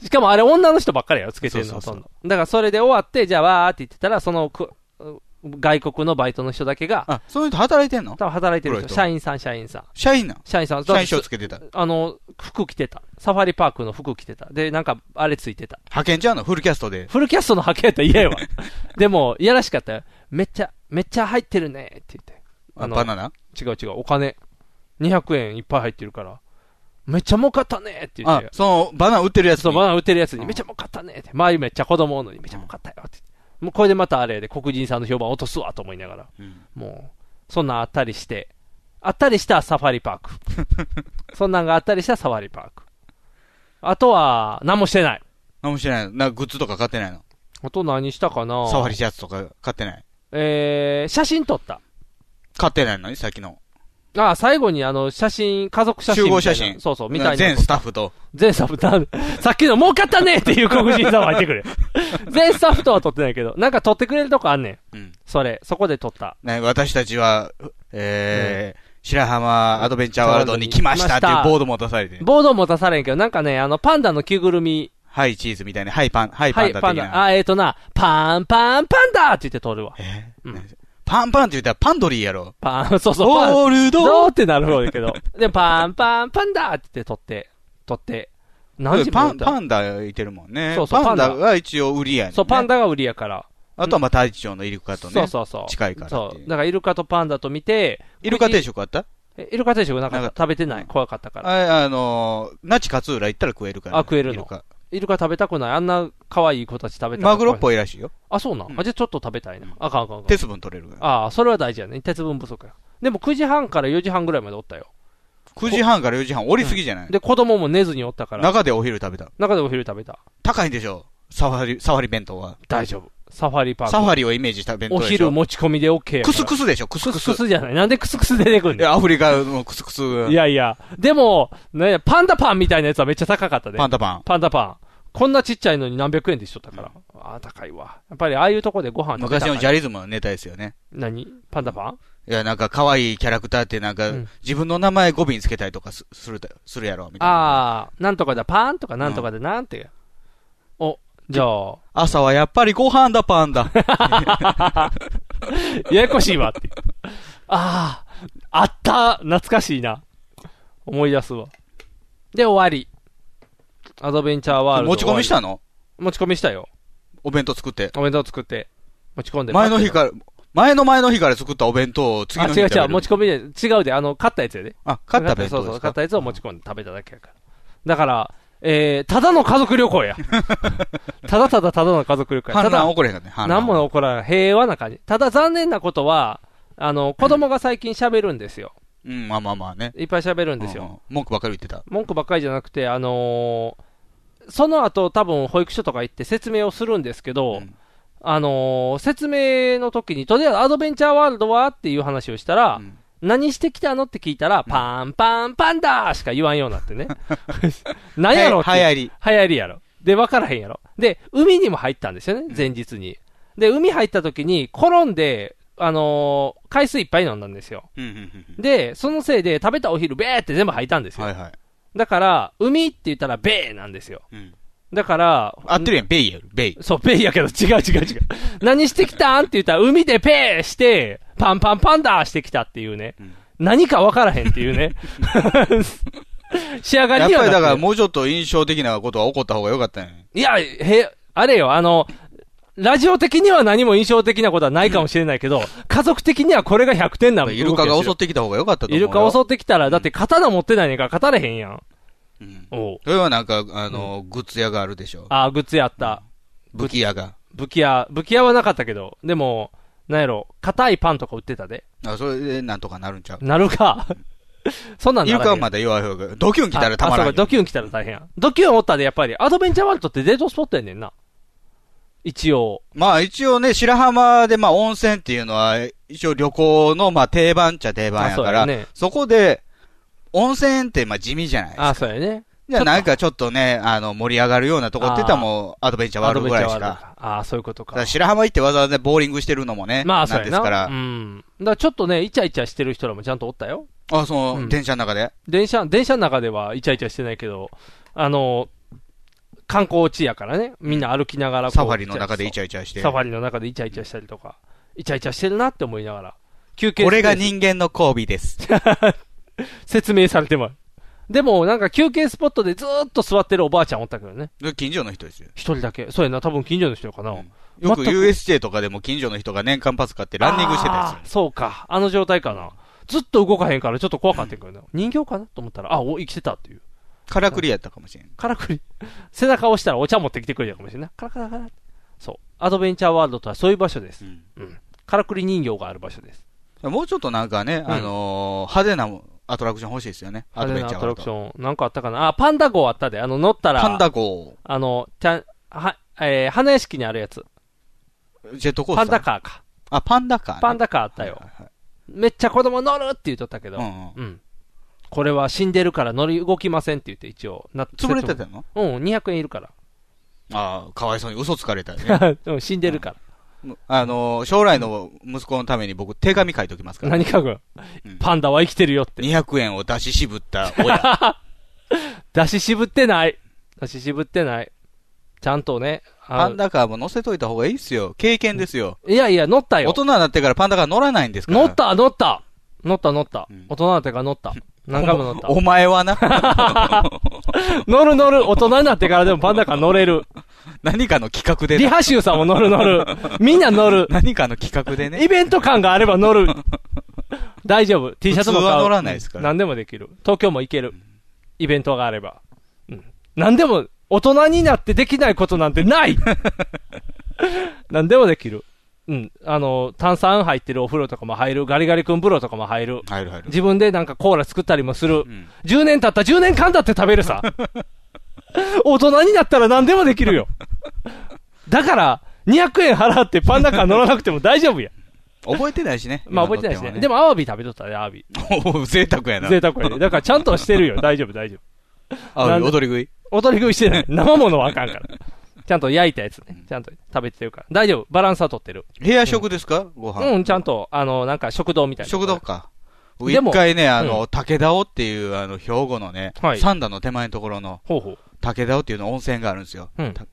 C: しかもあれ女の人ばっかりやよ、つけてるの
B: そうそうそう
C: ほとんどだからそれで終わって、じゃあわーって言ってたら、そのく外国のバイトの人だけが、
B: あ、そういう人働いてんの
C: 多分働いてる
B: 黒い
C: 人、
B: 人
C: 社員さん、社員さん。
B: 社員なん
C: 社員さん、だ
B: 社
C: って
B: 員証つけてた。
C: あの、服着てた。サファリパークの服着てた。で、なんか、あれついてた。
B: 派遣ちゃうのフルキャストで。
C: フルキャストの派遣やったら嫌 やわ。でも、いやらしかったよ。めっちゃ、めっちゃ入ってるねって言って。
B: あ
C: の
B: バナナ
C: 違う違う、お金。200円いっぱい入ってるから、めっちゃ儲かったねって言っ
B: あ
C: て、。
B: その、バナナ売ってるやつ
C: そう、
B: に。
C: バナナ売ってるやつ
B: う
C: に、
B: ん
C: めっちゃ儲かったねって。周りめっちゃ子供おんのに、めっちゃ儲かったよって言って。もうこれでまたあれで黒人さんの評判落とすわと思いながら。
B: うん
C: もう、そんなんあったりして、あったりしたらサファリパ ーク。そんなんがあったりしたらサファリパーク。あとは、何もしてない。
B: 何もしてないの。なんかグッズとか買ってないの。
C: あと何したかな
B: サファリシャツとか買ってない。
C: えー、写真撮った。
B: 買ってないのに、さっきの。
C: ああ、最後にあの、写真、家族写真みたいな。
B: 集合写真
C: そうそう、みたいな。
B: 全スタッフと。
C: 全スタッフだ、 さっきの儲かったねっていう黒人さんは入って くれ。全スタッフとは撮ってないけど、なんか撮ってくれるとこあんねん。
B: うん
C: それ、そこで撮った。
B: ね、私たちは、えー白浜アドベンチャーワールドに来ましたっていうボードも出されて、
C: ボードも出されんけど、なんかね、あの、パンダの着ぐるみ、
B: はいチーズみたいな、はいパン、はいパ
C: は
B: ン
C: い、
B: ダ
C: パン
B: 的
C: ダ。
B: な。
C: あ、えっ、とな、パンパンパンダって言って撮るわ。
B: え
C: うん
B: ねパンパンって言ったらパンドリーやろ。
C: パン、そうそう、パン。
B: ゴール
C: ど
B: ド
C: うってなる方だけ ど。で、パンパンパンダって言って撮って、撮って。何時
B: パン、パ
C: ン
B: ンダいてるもんね。
C: そうそう
B: パンダ
C: パン
B: が一応売りやねんね。
C: そう、パンダが売りやから。
B: あとはまあ大地町のイルカとね。
C: そうそうそう。
B: 近いからっ
C: そ
B: ていう
C: う。だからイルカとパンダと見て、
B: イルカ定食あった
C: えイルカ定食なんか
B: なんか
C: 食べてない。怖かったから。
B: ああのー、那智勝浦行ったら食えるから、
C: あ食えるの
B: イルカ
C: イルカ食べたくない。あんな可愛い子たち食べたくない
B: マグロっぽいらしいよ。
C: あ、そうな。
B: うんん
C: あ、じゃあちょっと食べたいな
B: うん。
C: あかんあかんあかん。
B: 鉄分取れるから。
C: ああ、それは大事やね。鉄分不足や。でも9時半から4時半ぐらいまでおったよ。
B: 9時半から4時半、降りすぎじゃない、
C: で、子供も寝ずにおったから、
B: 中でお昼食べた。
C: 中でお昼食べた。
B: 高いんでしょサファリ、サファリ弁当は。
C: 大丈夫。サファリパーク。
B: サファリをイメージした弁当
C: お
B: でしょ
C: 昼持ち込みで OK やか
B: ク
C: ら。
B: スクスでしょクス
C: ク
B: ク
C: ス
B: ス。
C: クスじゃない。なんでクスクス出てくん
B: いやアフリカのクスクスが
C: のいやいや。でも、ね、パンダパンみたいなやつはめっちゃ高かったね。
B: パンダパン。
C: パンダパン。こんなちっちゃいのに何百円でしとったから。ああ、高いわ。やっぱりああいうとこでご飯食べ
B: 昔
C: たら
B: のジャリズムのネタですよね。
C: 何パンダパン
B: いや、なんか可愛いキャラクターってなんか、
C: うん
B: 自分の名前語尾につけたりとかすするた、するやろ、みたいな。
C: ああ、なんとかだパンとかなんとかでなんて。お、じゃあ、
B: 朝はやっぱりご飯だ、パン ダ。
C: ややこしいわって。 ああ、あった、懐かしいな。思い出すわ。で、終わり。アドベンチャーワールド。
B: 持ち込みしたの
C: 終わり持ち込みしたよ。
B: お弁当作って。
C: お弁当作って、持ち込んで。
B: 前の日
C: ら。
B: から、前の前の日から作ったお弁当を次
C: あ、
B: の日
C: 違う
B: に食べ
C: 違
B: る
C: う、持ち込みで、違うで、あの、買ったやつやで。
B: あ、買った弁当
C: そう
B: で
C: そう、
B: すか
C: 買ったやつを持ち込んで食べただけやから。だから、えー、ただの家族旅 行や。ただただただの家族旅行や。
B: 反
C: ただ
B: 乱起これへんかったね。反乱
C: 何も起こらない。平和な感じ。ただ残念なことは、あの、子供が最近喋るんですよ。
B: うん、まあまあまあね。
C: いっぱい喋るんですよ。
B: うん。文句ばっかり言ってた。
C: 文句ばっかりじゃなくて、あのーその後多分保育所とか行って説明をするんですけ
B: う
C: ど、
B: ん
C: あのー説明の時に、とりあえずアドベンチャーワールドはっていう話をしたら、
B: うん
C: 何してきたのって聞いたら、パンパンパンダーしか言わんようになっ てね。何やろって。
B: はや流行り。
C: 流行りやろ。で、分からへんやろ。で、海にも入ったんですよね、前日に。で、海入った時に、転んで、あのー海水いっぱい飲んだんですよ。
B: うんうんうん
C: で、そのせいで食べたお昼、べーって全部吐いたんです
B: うん。
C: よ。
B: はいはい。
C: だから、海って言ったら、べーなんですよ。
B: うん
C: だから、
B: 合ってるやん、ベイやる、ベイ。
C: そう、ペイやけど、違う違う違う。何してきたんって言ったら、海でペイして、パンパンパンダーしてきたっていうね。
B: うん
C: 何か分からへんって いうね。仕上が
B: や
C: り
B: っ
C: には
B: ぱりだ
C: なってる
B: からもうちょっと印象的なことは起こった方がよかったね。
C: いや、へ、あれよ、あの、ラジオ的には何も印象的なことはないかもしれないけど、家族的にはこれが100点なの。
B: イルカが襲
C: っ
B: ってきた方がよかったと思う
C: イ
B: よ。
C: ルカ襲ってきたら、だって刀持ってないねんから勝たれへんやん。
B: うん
C: おう
B: それはなんか、あの、グッズ屋があるでしょ。
C: ああ、グッズやった。
B: 武器屋が。
C: 武器屋、武器屋はなかったけど、でも、なんやろ、硬いパンとか売ってたで。
B: あ、それでなんとかなるんちゃう
C: なるか。 そんなん
B: イ
C: な
B: ルカ
C: らへん
B: はまだ弱い方が、ドキュン来たらたまら
C: あ
B: ん
C: あそ
B: よ
C: うか。ドキュン来たら大変や。ドキュンおったで、やっぱり、アドベンチャーワールドってデートスポットやねんな。一応。
B: まあ一応ね、白浜でまあ温泉っていうのは、一応旅行のまあ定番っちゃ定番やか
C: あ
B: ら、
C: そうやね
B: そこで、温泉ってまあ地味じゃないです
C: あ、
B: か。
C: そうやね。
B: じゃあなんかちょっとね、あの、盛り上がるようなとこって言ったらもう、アドベンチャーワールドぐらいしか。だか。
C: か。ああ、そういうことから
B: 白浜行ってわざわざねボーリングしてるのもね、
C: まあ、そう
B: なん
C: や
B: で
C: な。
B: すから、
C: うん。だからちょっとね、イチャイチャしてる人らもちゃんとおったよ。
B: あ、その、
C: うん
B: 電車の中で。
C: 電車、電車の中ではイチャイチャしてないけど、あの、観光地やからね、みんな歩きながらこう
B: サファリの中でイチャイチャし
C: ャ
B: て。
C: サファリの中でイチャイチャしたりとか、イチャイチャしてるなって思いながら、休憩
B: これ
C: スペ
B: が
C: ース
B: 人間の交尾です。
C: 説明されてもらうでも、なんか休憩スポットでずーっと座ってるおばあちゃんおったけどね。
B: 近所の人ですよ。
C: 一人だけ。そうやな、多分近所の人かな。
B: うんよく
C: 全く
B: USJ とかでも近所の人が年間パス買ってランニングしてたや
C: あーそうか。あの状態かな。ずっと動かへんからちょっと怖かったけどね。人形かなと思ったら、あ、お、生きてたっていう。
B: つ。からくりやったかもしれん。
C: カラクリ。背中を押したらお茶持ってきてくれたかもしれんない。カラカラカラ。そう。アドベンチャーワールドとはそういう場所です。うん。カラクリ人形がある場所です。
B: もうちょっとなんかね、
C: うん
B: あのー派手なもアトラクション欲しいですよね。アドベンチャー
C: 派手なアト
B: ワー
C: ラ
B: ルド
C: クション。なんかあったかなあ、パンダ号あったで。あの、乗ったら、
B: パンダ号、
C: あの、ちゃん、は、えー、花屋敷にあるやつ。
B: ジェットコースター。
C: パンダカーか。
B: あ、パンダカーね、
C: パンダカーあったよ。めっちゃ子供乗るって言っとったけど、
B: はいはい。うんうん。
C: うん。これは死んでるから乗り動きませんって言って一応な、
B: 潰れてたの
C: うん、200円いるから。
B: ああ、かわいそうに嘘つかれたよね。
C: うん死んでるから。
B: あの、将来の息子のために僕手紙書いておきますから。
C: 何書く
B: うん
C: パンダは生きてるよって。
B: 200円を出し渋っ た親。
C: 出し渋ってない。出し渋ってない。ちゃんとね。
B: パ
C: あ
B: ンダカーも乗せといた方がいいっすよ。経験ですよ。
C: いやいや、乗った
B: 大
C: よ。
B: 人になってからパンダカー乗らないんですから。
C: 乗った、乗った。乗った、乗った
B: うん。
C: 大人になってから 乗った。何回も乗った。
B: お前は な。
C: 乗る乗る。大人になってからでもパンダカー乗れる。
B: 何かの企画で
C: リ
B: な、
C: ハシューさんも乗る乗る。みんな 乗る。
B: 何かの企画で
C: イ
B: ね。
C: ベント感があれば乗る。 大丈夫。T シャツも買う。
B: 普通は乗らないですから
C: 何でもできる。東京も行ける。イベントがあれば。うん。何でも、大人になってできないことなんてない 何でもできる。うん。あの、炭酸入ってるお風呂とかも入る。ガリガリ君風呂とかも入る。
B: 入る入る。
C: 自分でなんかコーラ作ったりもす
B: う
C: る。
B: ん
C: 10年経った10年間だって食べ るさ。大人になったら何でもできるよ。だから、200円払ってパンダカー乗らなくても大丈夫や。
B: 覚えてないしね。
C: まあ覚えてないしね。で
B: も、
C: も、アワビ食べとったで、アワビ。
B: おう贅沢やな。
C: 贅沢やで。だから、ちゃんとしてる よ。大丈夫、大丈夫。
B: あ
C: なんで
B: 踊り食い。
C: お取り食い してない。生物はあかんから。ちゃんと焼いたやつね。ちゃんと食べてるから。大丈夫。バランスは取ってる。
B: 部屋食ですかご飯。
C: うん、ちゃんと、あの、なんか食堂みたいな。
B: 食堂か。
C: で
B: 一
C: も
B: 回ね、あの、竹田尾っていう、あの、兵庫のね、
C: はい
B: 三段の手前のところの
C: ほうほう。
B: 竹田尾っていうの温泉があるんですよ。
C: うん
B: た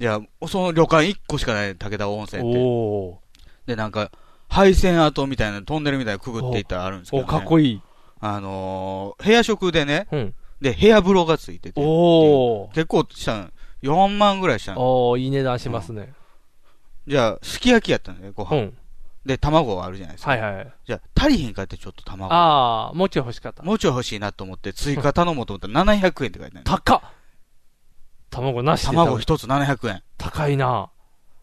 B: じゃあ、その旅館1個しかない竹田尾温泉って。
C: おー。
B: で、なんか、配線跡みたいな、トンネルみたいなのくぐっていったらあるんですけど、
C: お、
B: ね。
C: かっこいい。
B: あのー部屋食でね、
C: うん。
B: で、部屋風呂がついてて。
C: おー。
B: 結構したん、4万ぐらいしたん。
C: おー、いい値段しますね。
B: じゃあ、すき焼きやったんだよ、ご
C: う
B: 飯。
C: ん。
B: で、卵あるじゃないですか。
C: はいはい。
B: じゃあ、足りひんかって、ちょっと卵。
C: あー、もうちょい欲しかった。
B: もうちょい欲しいなと思って、追加頼もうと思ったら700円って書いてある。
C: 高っ卵なしで食べ
B: 卵一つ700円。
C: 高いな。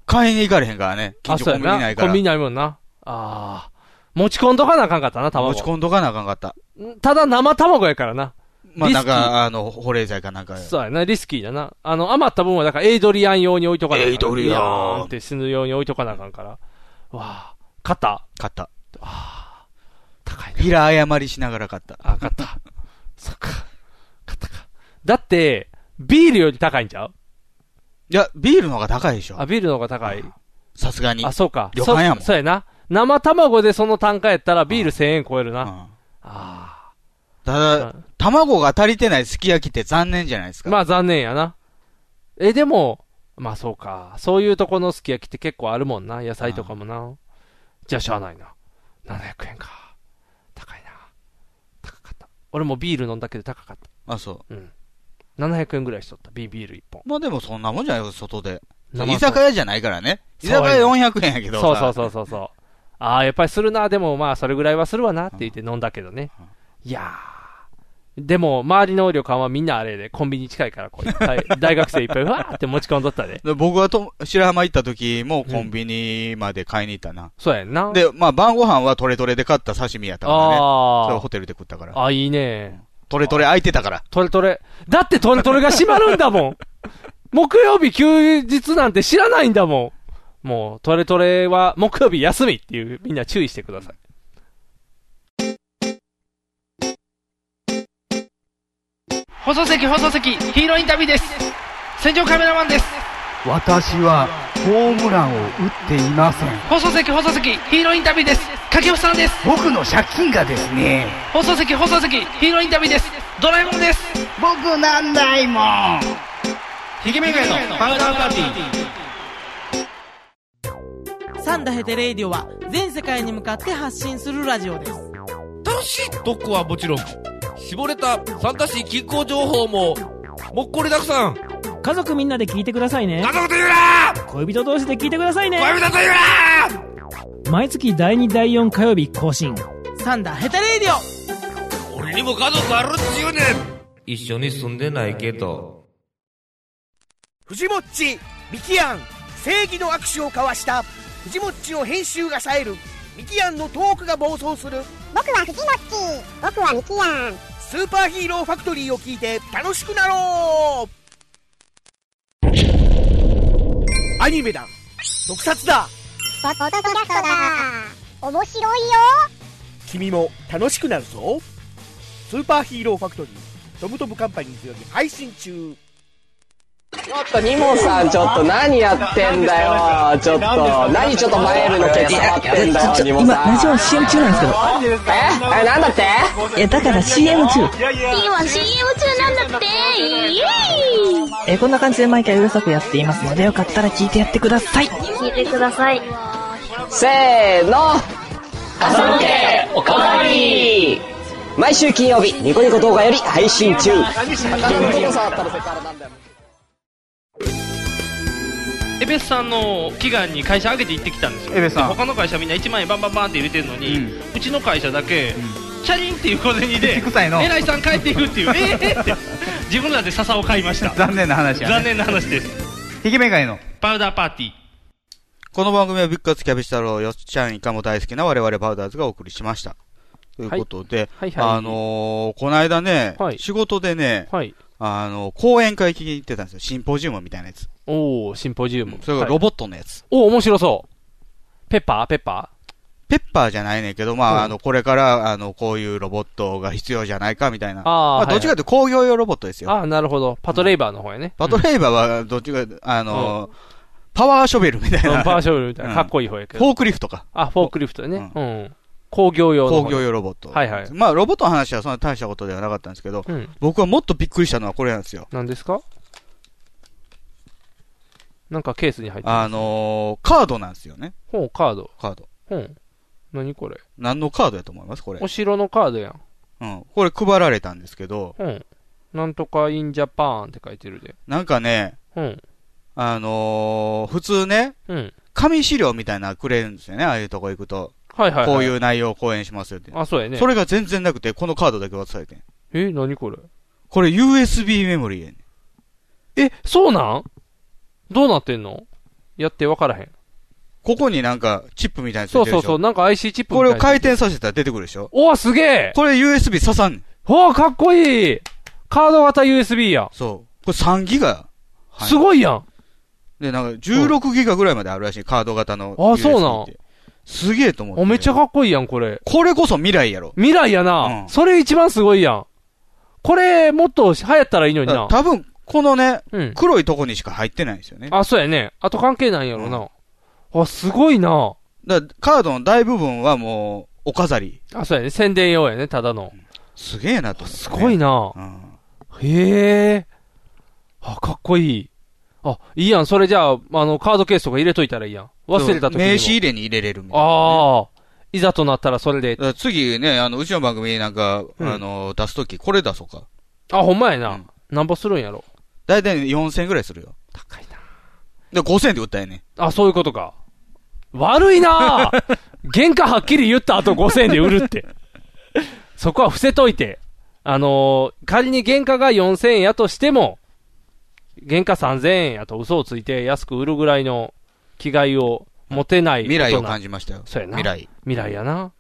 B: 買いに行かれへんからね。近
C: あ、
B: 所
C: そう
B: コ
C: や
B: ンビニな
C: ない
B: か
C: コン
B: ら
C: ビニ。ないもんな。ああ。持ち込んとかなあかんかったな、卵。
B: 持ち込んどかなあかんかった。
C: ただ生卵やからな。
B: まあ、
C: リスキー
B: なんか、あの、保冷剤かなんか。
C: そうやな、リスキーだな。あの、余った分は、だからエイドリアン用に置いとかなあかん
B: エイドリアン
C: ビヨーって死ぬように置いとかなあかんから。わあ、肩
B: 買った。
C: 高いな。
B: ひら謝りしながら買った。
C: あ、肩。そっか。肩か。だって、ビールより高いんちゃう
B: いや、ビールの方が高いでしょ
C: あ、。ビールの方が高い。
B: さすがに。
C: あ、そうか。
B: 旅館やもん
C: そそうやな。生卵でその単価やったらビール1000円超えるな。
B: う
C: あ
B: ん
C: あ
B: た
C: う
B: だ、卵が足りてないすき焼きって残念じゃないですか。
C: まあ残念やな。え、でも、まあそうか。そういうとこのすき焼きって結構あるもんな。野菜とかもな。じゃあしゃあないな。700円か。高いな。高かった。俺もビール飲んだけど高かっ
B: あ、そ
C: た。700円ぐらいしとった。ビビール1本。
B: う。まあでもそんなもんじゃないよ、外で。
C: 生
B: 居酒屋じゃないからね。居
C: そう
B: 酒屋400円やけどさ。
C: そうそうそうそうそう。ああ、やっぱりするな。でもまあそれぐらいはするわなって言って飲んだけどね。いやー。でも、周りの旅館はみんなあれで、コンビニ近いから、こういっぱい、大学生いっぱい、わーって持ち込んどった で。
B: で僕はと白浜行った時もコンビニまで買いに行ったな。
C: そうやんな。
B: で、まあ晩ご飯はトレトレで買った刺身やったからね。
C: あ
B: そ
C: ー
B: れをホテルで食ったから。
C: あ、いいね。
B: トレトレ空いてたから。
C: トレトレ。だってトレトレが閉まるんだもん。木曜日休日なんて知らないんだもん。もう、トレトレは木曜日休みっていう、みんな注意してください。
H: 放送席放送席ヒーローインタビューです戦場カメラマンです私はホームランを打っていません放送席放送席ヒーローインタビューです掛布さんです僕の借金がですね放送席放送席ヒーローインタビューですドラえもんです僕なんないもんひげめがいのパウダーパーティー
I: サンダヘテレイディオは全世界に向かって発信するラジオです
J: 楽しい特攻はもちろん、絞れた参加し気候情報も、もっこりだくさん。
K: 家族みんなで聞いてくださいね
J: 家族と言うな
K: 恋人同士で聞いてくださいね
J: 恋人と言うな
K: 毎月第2第4火曜日更新
I: サンダヘテレイディオ
J: 俺にも家族あるっちゅうねん一緒に住んでないけど。
A: 藤もっちミキアン正義の握手を交わした藤もっちの編集が冴えるミキアンのトークが暴走する僕は藤もっち僕はミキアンスーパーヒーローファクトリーを聞いて楽しくなろうアニメだ特撮だ
L: ポッドキャストだ面白いよ
A: 君も楽しくなるぞスーパーヒーローファクトリートムトムカンパニーズより配信中
M: ちょっとニモさんちょっと何やってんだよちょっと何ちょっと前ルのケツ触ってんだよニモ
N: 今、
M: さん
N: ラジオ CM 中なんですけど。
M: えなんだって
N: いや、だから CM 中。
L: 今 CM 中なんだってイエーイ
N: え、こんな感じで毎回うるさくやっていますので、よかったら聞いてやってください。
L: 聞いてください
M: せーの朝向けおかわり毎週金曜日ニコニコ動画より配信中
H: エベスさんの祈願に会社上げて行ってきたんですよ
B: エベスさん
H: で他の会社みんな1万円バンバンバンって入れてるのに、うちの会社だけ、チャリンっていう小銭で
B: 臭いの
H: 偉いさん帰っていくっていうえー って自分らで笹を買いました
B: 残念な話やね
H: 残念な話です
B: ひげめがいの
H: パウダーパーティー
B: この番組はビッグカツキャベツ太郎、よっちゃん、イカも大好きな我々パウダーズがお送りしました。ということで、
C: はいはいはい
B: あのーこの間ね、仕事でね、あのー講演会聞きに行ってたんですよ。シンポジウムみたいなやつ。
C: おー、シンポジウム。
B: それがロボットのやつ。
C: おー、面白そう。ペッパーペッパ
B: ペッパーじゃないねんけど、まあ、
C: うん
B: あの、これから、あの、こういうロボットが必要じゃないかみたいな。
C: あー
B: まあ、どっちかというと工業用ロボットですよ。
C: ーあー、なるほど。パトレイバーの方やね。
B: パトレイバーは、どっちか、あのーパワーショベルみたい
C: うん
B: な。
C: パワーショベルみたいな。かっこいい方やけど。
B: フォークリフトか。
C: あ、フォークリフトやね。うん。工業用の。
B: 工業用ロボット。
C: はいはい。
B: まあ、ロボットの話はそんな大したことではなかったんですけど、
C: うん
B: 僕はもっとびっくりしたのはこれなんですよ。
C: 何ですかなんかケースに入ってる
B: あのーカードなんですよね。
C: ほう、カード。
B: カード。
C: ほう。何これ。
B: 何のカードやと思いますこれ。
C: お城のカードやん。
B: うん。これ配られたんですけど、
C: ほう。なんとかインジャパーンって書いてるで。
B: なんかね、
C: ほう。
B: あのー普通ね、
C: うん。
B: 紙資料みたいなのくれるんですよね、ああいうとこ行くと。
C: はいはいはい
B: こういう内容を講演しますよって。
C: あそうやね
B: それが全然なくて、このカードだけ渡されてん
C: え、何これ
B: これ USB メモリーやねん
C: え、そうなんどうなってんのやって分からへん。
B: ここになんか、チップみたいなのついてる
C: そう
B: でしょ
C: そうそう、なんか IC チップ
B: こ
C: みた
B: れ
C: い
B: を
C: な
B: 回転させたら出てくるでしょ
C: おわ、すげえ
B: これ USB 刺さんねん
C: おーかっこいいカード型 USB や。
B: そう。これ3ギガ、
C: すごいやん。
B: で、なんか16ギガぐらいまであるらしい、カード型の USB
C: あ、
B: って。
C: そうなん。
B: すげえと思って。
C: お、めっちゃかっこいいやん、これ。
B: これこそ未来やろ。
C: 未来やな。それ一番すごいやん。これ、もっと流行ったらいいのにな。
B: 多分、このね、
C: 黒
B: いとこにしか入ってないんですよね。
C: あ、そうやね。あと関係ないんやろな。あ、すごいな。
B: だからカードの大部分はもう、お飾り。
C: あ、そうやね。宣伝用やね、ただの。
B: すげえなと思ってね
C: すごいな。へえ。あ、かっこいい。あ、いいやん。それじゃあ、あの、カードケースとか入れといたらいいやん。忘れた時にも。
B: 名刺入れに入れれるみたいな。
C: ああ。いざとなったらそれで
B: だ。から次ね、あの、うちの番組なんか、
C: うん
B: あの、出すとき、これ出そうか。
C: あ、ほんまやな。なんぼするんやろ。
B: だいたい4000円ぐらいするよ。高いなで、5000円で売ったんやね。
C: あ、そういうことか。悪いなあ 原価はっきり言った後5000円で売るって。そこは伏せといて。あのー仮に原価が4000円やとしても、原価3000円やと嘘をついて安く売るぐらいの気概を持てない
B: 未来を感
C: じ
B: じましたよ。
C: そうやな。
B: 未来。
C: 未来やな。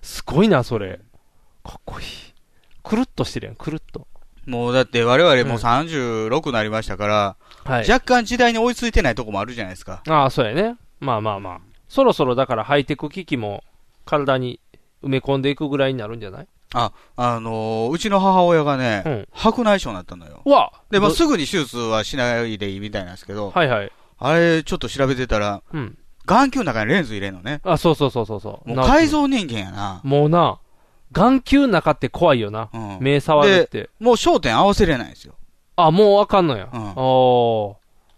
C: すごいな、それ。かっこいい。くるっとしてるやん、くるっと。
B: もうだって我々もう36になりましたから、
C: はい
B: 若干時代に追いついてないとこもあるじゃないですか。
C: ああ、そうやね。まあまあまあ。そろそろだからハイテク機器も体に埋め込んでいくぐらいになるんじゃない
B: あ、あのーうちの母親がね、白内障になったのよ。
C: うわ
B: で、まあ、
C: ど
B: すぐに手術はしないでいいみたいなんですけど、
C: はいはい。
B: あれ、ちょっと調べてたら、
C: うん。
B: 眼球の中にレンズ入れるのね。
C: あ、そうそうそうそうそう。
B: もう改造人間やな。
C: もうな、眼球の中って怖いよな。目触るって。
B: もう焦点合わせれないんですよ。
C: あ、もうあかんのや。お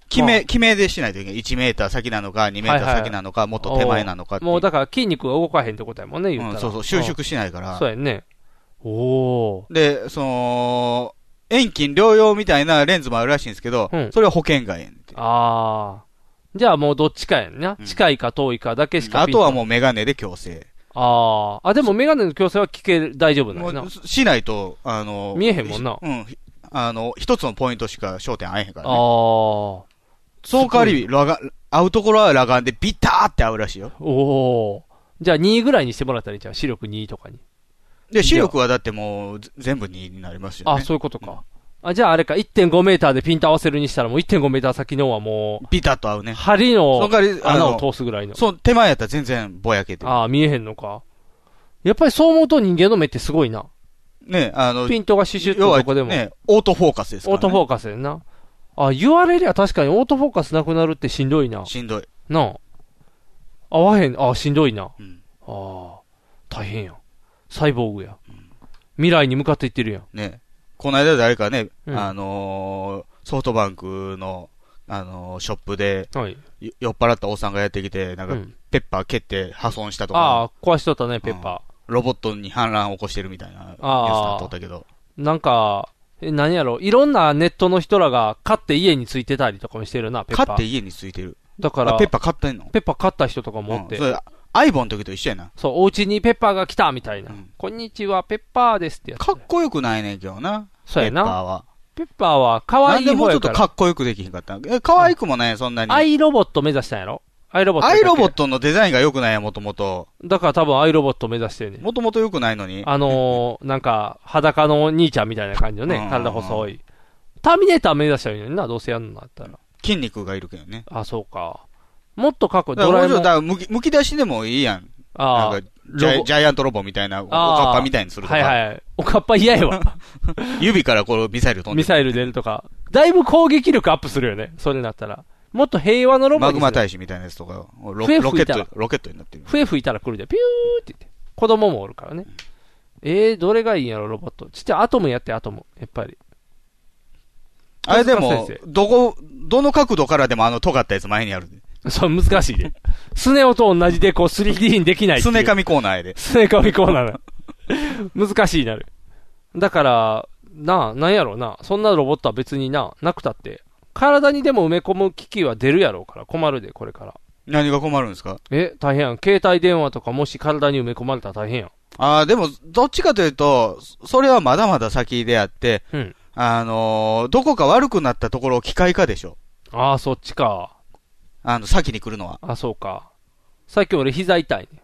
B: 決
C: ま
B: め、
C: あ
B: 決めでしないといけない。1メーター先なのか、2メーター先なのか、もっと手前なのかっていう
C: もうだから筋肉が動かへんってことやもんね、言ったら。
B: うんそうそう収縮しないから
C: うんそうやんね。おお。
B: で、その、遠近療養みたいなレンズもあるらしいんですけど、それは保険外やねん
C: ああ。じゃあもうどっちかやんな。近いか遠いかだけしか
B: あ
C: ピンと
B: とはもうメガネで矯正。
C: ああ。あ、でもメガネの矯正は聞ける、大丈夫なのな。
B: しないと、あの、
C: 見えへんもんな
B: うん。あの、一つのポイントしか焦点合えへんから
C: ああ
B: ね。。その代わり、ラガ、合うところは裸眼でビターって合うらしいよ。
C: おおー。じゃあ2ぐらいにしてもらったらいいじゃん。視力2とかに。
B: で、視力はだってもう、ぜ全部2になりますよね。
C: あ、そういうことか。あ、じゃああれか、1.5メーターでピント合わせるにしたらもう1.5メーター先のはもう。
B: ビタッと合うね。
C: 針
B: そ
C: の
B: の代わりあ
C: 穴
B: の
C: を通すぐらいの。
B: そう、手前やったら全然ぼやけてる。
C: ああ、見えへんのか。やっぱりそう思うと人間の目ってすごいな。
B: ね、あの、
C: ピントがシュシュッとどこでも
B: 要はね、オートフォーカスですから、
C: オー
B: ね。
C: トフォーカスやんな。あ、言われりゃ確かにオートフォーカスなくなるってしんどいな。
B: しんどい。
C: なあ。合わへん、あ、しんどいな。ああ、大変やん。サイボーグや。未来に向かっていってるやん。
B: ね。この間誰かね、
C: うん
B: あのーソフトバンクの、あのーショップで、
C: はい
B: よ酔っ払ったおっさんがやってきて、なんか、
C: うん
B: ペッパー蹴って破損したと
C: あ
B: か
C: あ、、壊しとったね、ペッパー。
B: ロボットに反乱を起こしてるみたいなやつ
C: あ
B: だ
C: あ
B: とったけど。
C: なんか、え何やろ、いろんなネットの人らが買って家についてたりとかもしてるな、ペッパー。
B: 買って家についてる。
C: だから、
B: あペッパー買ってんの
C: ペッパー買った人とかもおって。
B: うんそれアイボの時と一緒やな。
C: そう、お家にペッパーが来たみたいな。こんにちは、ペッパーですってやつ。
B: かっこよくないねんけどな。
C: そうやな
B: ペッパーは。
C: ペッパーは可愛い
B: なんでもうちょ
C: 方や
B: っと
C: から。
B: かっこよくできひんかったんえ、可愛くもない、そんなに。
C: アイロボット目指したんやろアイロボット。
B: アイロボットのデザインが良くないや、もともと。
C: だから多分アイロボット目指してるね。
B: もともと良くないのに。
C: あのー、なんか、裸のお兄ちゃんみたいな感じの
B: うんうんう
C: ね
B: ん、
C: 体細い。ターミネーター目指したらいいのにな、どうせやるのだったら。
B: 筋肉がいるけどね。
C: あ、そうか。もっとかっこいい。
B: だか
C: ド
B: ら
C: ラ
B: も
C: え
B: うちょ
C: も
B: っとだ
C: ん。
B: からむき、むき出しでもいいやん。
C: ああ
B: なんかジャ
C: ロ
B: イ、
C: ボ
B: ジャイアントロボみたいな、おお
C: ああ
B: かっぱみたいにするとか。
C: はいはい。おかっぱ嫌や わ。
B: 指からこうミサイル飛んで
C: ミサイル出るとか。だいぶ攻撃力アップするよね、それだったら。もっと平和のロボッ
B: マ
C: ト。
B: グマ大使みたいなやつとか、ロロ
C: 笛吹
B: ケ
C: い
B: ッ
C: たら
B: ト、ロケットになってる。
C: 笛吹いたら来るで、ピューって言って。子供もおるからね。えー、どれがいいんやろ、ロボット。ちっちゃいアトムやって、アトム。やっぱり。
B: あれでも
C: 手塚先、
B: どこ、どの角度からでもあの尖ったやつ前にある。
C: そう、難しい で。スネ夫と同じで、こう、3D にできないってい
B: す
C: う
B: ねかみコーナーやで。
C: スネカミコーナーな。難しいなる。だから、なあ、なんやろうな。そんなロボットは別にな、なくたって。体にでも埋め込む機器は出るやろうから、困るで、これから。
B: 何が困るんですか
C: え、大変やん。携帯電話とかもし体に埋め込まれたら大変やん。
B: ああ、でも、どっちかというと、そそれはまだまだ先であって、
C: うん
B: あのーどこか悪くなったところを機械化でしょ。
C: ああ、そっちか。
B: あの、先に来るのは。
C: あ、そうか。さっき俺膝痛いね。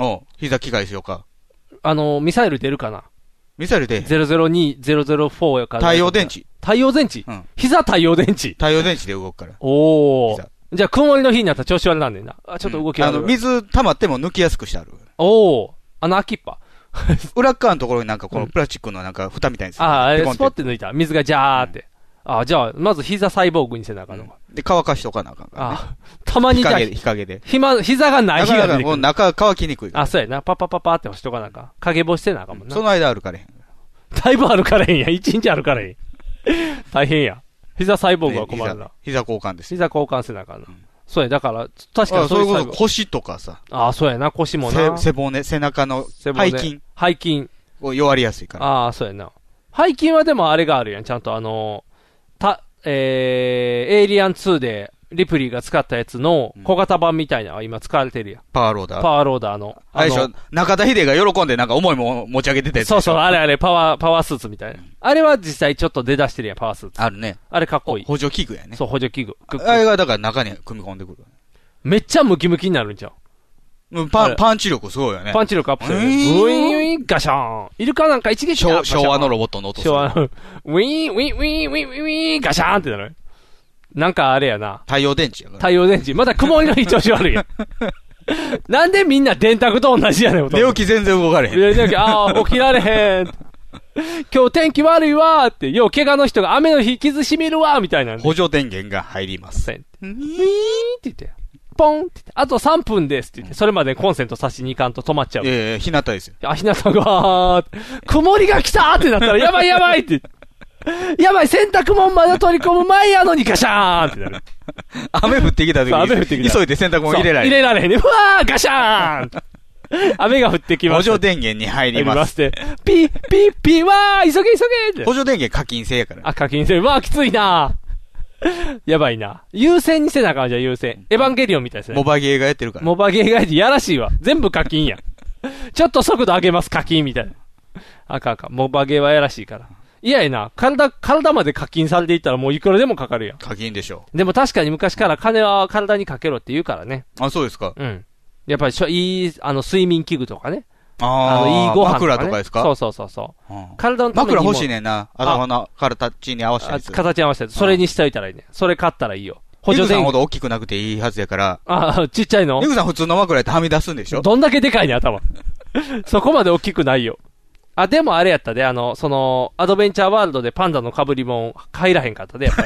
B: おう膝機械しようか。
C: あの、ミサイル出るかな
B: ミサイル出へん
C: 002、004やから。
B: 太陽電池。
C: 太陽電池、膝太陽電池
B: 太陽電池で動くから。
C: おお。じゃあ、曇りの日になったら調子悪なんねんな。あ、ちょっと動き
B: あ
C: 悪い、
B: の、水溜まっても抜きやすくしてある。
C: おお。あの、秋っぱ。
B: 裏っ側のところになんかこのプラスチックのなんか蓋みたいにする。
C: ああ、あ
B: ピ
C: れ
B: コンっ
C: スポって抜いた。水がジャーって。ああ、じゃあ、まず膝サイボーグにせなあかんのか。
B: で、乾かしとかなあかんから、ね。
C: ああ、たまに
B: 日
C: じゃあ
B: 陰で、日陰で。
C: 暇、膝がない
B: な
C: 日
B: かな
C: が出
B: か
C: て
B: こ
C: く
B: の
C: る。
B: 中乾きにくいから。
C: あ、そうやな。パッパッパッパーって押しとかなんか。影干してなあかんもんな。
B: その間歩かれへん。
C: だいぶ歩かれへんや。一日歩かれへん。大変や。膝サイボーグは困るな。
B: 膝交換です。
C: 膝交換せなあかんな。そうや、だから、確か
B: あ
C: に
B: そういうこと
C: サイボーグ
B: 腰とかさ。
C: ああ、そうやな、腰もな。
B: せ背骨、背中の背
C: 骨
B: 筋。
C: 背筋。
B: 弱りやすいから。
C: ああ、そうやな。背筋はでもあれがあるやん。ちゃんとあの、た、えー、エイリアン2で、リプリーが使ったやつの小型版みたいなのは今使われてるやん。
B: パワーローダー。
C: パワーローダーの。
B: あれでし
C: あ
B: ょ
C: の
B: 中田秀が喜んでなんか重いもん持ち上げてたやつでしょ
C: そうそう、あれあれ、パワー、パワースーツみたいな。あれは実際ちょっと出だしてるやん、パワースーツ。
B: あるね。
C: あれかっこいい。
B: 補助器具やね。
C: そう、補助器具。く
B: あれがだから中に組み込んでくる。
C: めっちゃムキムキになるんちゃう
B: うんパ
C: あ
B: ン、
C: れ
B: パンチ力すごいよね。
C: パンチ力アップするよね。
B: えー
C: ウィンウィンガシャーン。イルカなんか一撃
B: 昭昭和のロ
C: ボ
B: ボ
C: ッ
B: ットの音
C: ト。
B: する
C: 昭和の。ウィーン、ウィーン、ウィーン、ウィーン、ウィーンウィーン、ガシャーンってなる。なんかあれやな。
B: 太陽電池やから。
C: 太陽電池。まだ曇りの日調子 悪いやん。なんでみんな電卓と同じやねん、
B: 寝起き全然動かれへん。
C: 寝起き、ああ、起きられへん。今日天気悪いわーって、よう怪我の人が雨の日傷しみるわーみたいなんで。
B: 補助電源が入りませ
C: ん。って言って、ポンって言って、あと3分ですって言って、それまでコンセント差しに行かんと止まっちゃう。
B: ええ、日向ですよ。
C: あ、ひなたが、曇りが来たーってなったら、やばいやばいって。やばい、洗濯物まだ取り込む前やのにガシャーンってなる。
B: 雨降ってきた時
C: そう
B: に、
C: 雨降ってきた
B: 急いで洗濯物入れられ
C: そう入れられへんね。うわー、ガシャーン 雨が降ってきま
B: 補
C: した。
B: 助電源に入り
C: 入り
B: ま。
C: ますすって。ピッ、ピッ、ピッ、わー、急げ急げって
B: 補。助電源課金制やから。
C: あ、課金制。わー、きついなーやばいな。優先にせなあかんじゃん、優先。エヴァンゲリオンみたいですね。
B: モバゲーがやってるから。
C: モバゲーガイドやらしいわ。全部課金やん。ちょっと速度上げます、課金みたいな。あかんあかん。モバゲーはやらしいから。いやいな。体、体まで課金されていったらもういくらでもかかるやん。
B: 課金でしょ。
C: でも確かに昔から金は体にかけろって言うからね。
B: あ、そうですか。
C: うん。やっぱりしょ、いい、あの、睡眠器具とかね。
B: あー
C: の、いいご飯とか、ね。
B: 枕とかですか
C: そうそうそうそう。
B: うん
C: 体のために
B: 枕
C: も
B: 欲しいねんな。頭の形に合わせた
C: あ
B: やつ。
C: 形合わせて。それにしておいたらいいね。それ買ったらいいよ。補
B: ニ
C: 助
B: グさん
C: 電
B: ほ
C: 源。
B: ど大きくなくていいはずやから。
C: あ、ちっちゃいの
B: ニグさん普通の枕やってはみ出すんでしょ
C: どんだけでかいね、頭。そこまで大きくないよ。あ、でもあれやったで、あの、その、アドベンチャーワールドでパンダの被り物入らへんかったで、やっぱ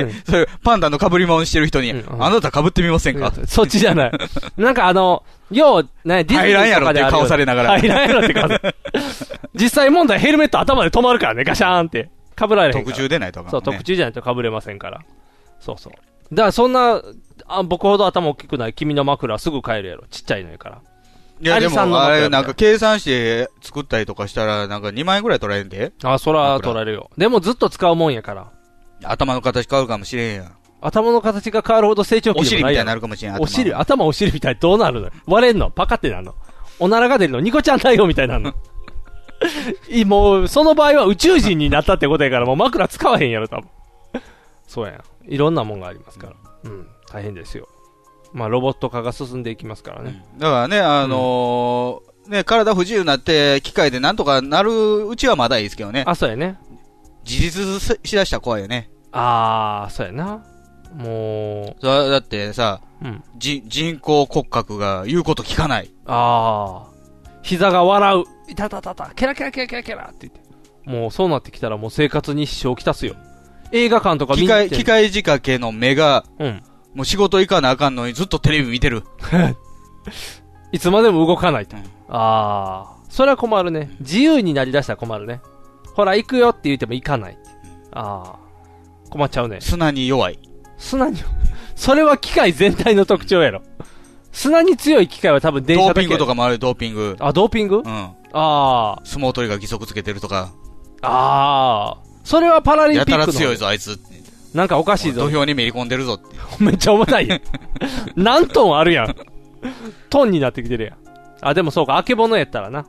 C: り。
B: ね、そういうパンダの被り物してる人に、あなた被ってみませんか、
C: そっちじ ゃない。なんかあの、よう、ね、ディズニ
B: 入らん
C: ー
B: や
C: と
B: ろ
C: か
B: ってい
C: であ
B: う
C: るよ
B: 顔されながら。
C: 入らんやろって顔され実際問題ヘルメット頭で止まるからね、ガシャーンって。被られへんから。
B: 特注でないとあかん
C: そう、
B: ね
C: 特注じゃないと被れませんから。そうそう。だからそんな、あ僕ほど頭大きくない君の枕すぐ買えるやろ。ちっちゃいのやから。
B: いや、
C: ア
B: で
C: リさんの
B: も、あ
C: 枕
B: れ、なんか計算して作ったりとかしたら、なんか2万円ぐらい取られんで。
C: あ、そら取られるよ。でもずっと使うもんやから。
B: 頭の形変わるかもしれんやん。
C: 頭の形が変わるほど成長期でも
B: お尻み
C: やろ
B: たいになるかもしれん頭
C: お尻、頭お尻みたいにどうなるの割れんのパカってなるのおならが出るのニコちゃんだよみたいになるの いもう、その場合は宇宙人になったってことやから、もう枕使わへんやろ、多分。そうやん。いろんなもんがありますから。うん、大変ですよ。まあ、ロボット化が進んでいきますからね。
B: だからね、あのーね、体不自由になって、機械でなんとかなるうちはまだいいですけどね。
C: あ、そうやね。
B: 自立しだしたら怖いよね。
C: あー、そうやな。も
B: う。だだってさ、
C: うん
B: じ人工骨格が言うこと聞かない。
C: あー、膝が笑う。いたたたた、ケラケラケラケラケラって言って。もう、そうなってきたらもう生活に支障をきたすよ。映画館とか見
B: 機
C: に行って
B: 械、
C: ん
B: 機械仕掛けの目が、
C: うん
B: もう仕事行かなあかんのにずっとテレビ見てる。
C: いつまでも動かないと。ああ、それは困るね。自由になりだしたら困るね。ほら、行くよって言っても行かない。ああ、困っちゃうね。
B: 砂に弱い。
C: 砂に、それは機械全体の特徴やろ。砂に強い機械は多分電
B: ドー
C: 車だけ
B: ピングとかもある、ドーピング。
C: あ、ドーピングうん。
B: あ
C: あ。
B: 相撲取りが義足つけてるとか。
C: ああ、それはパラリンピッ
B: や
C: クの。
B: たら強いぞ、あいつ。
C: なんかおかしいぞ。
B: 土俵にめり込んでるぞって。
C: めっちゃ重たいや ん。何トンあるやん。トンになってきてるやん。あ、でもそうか、あけぼのやったらな。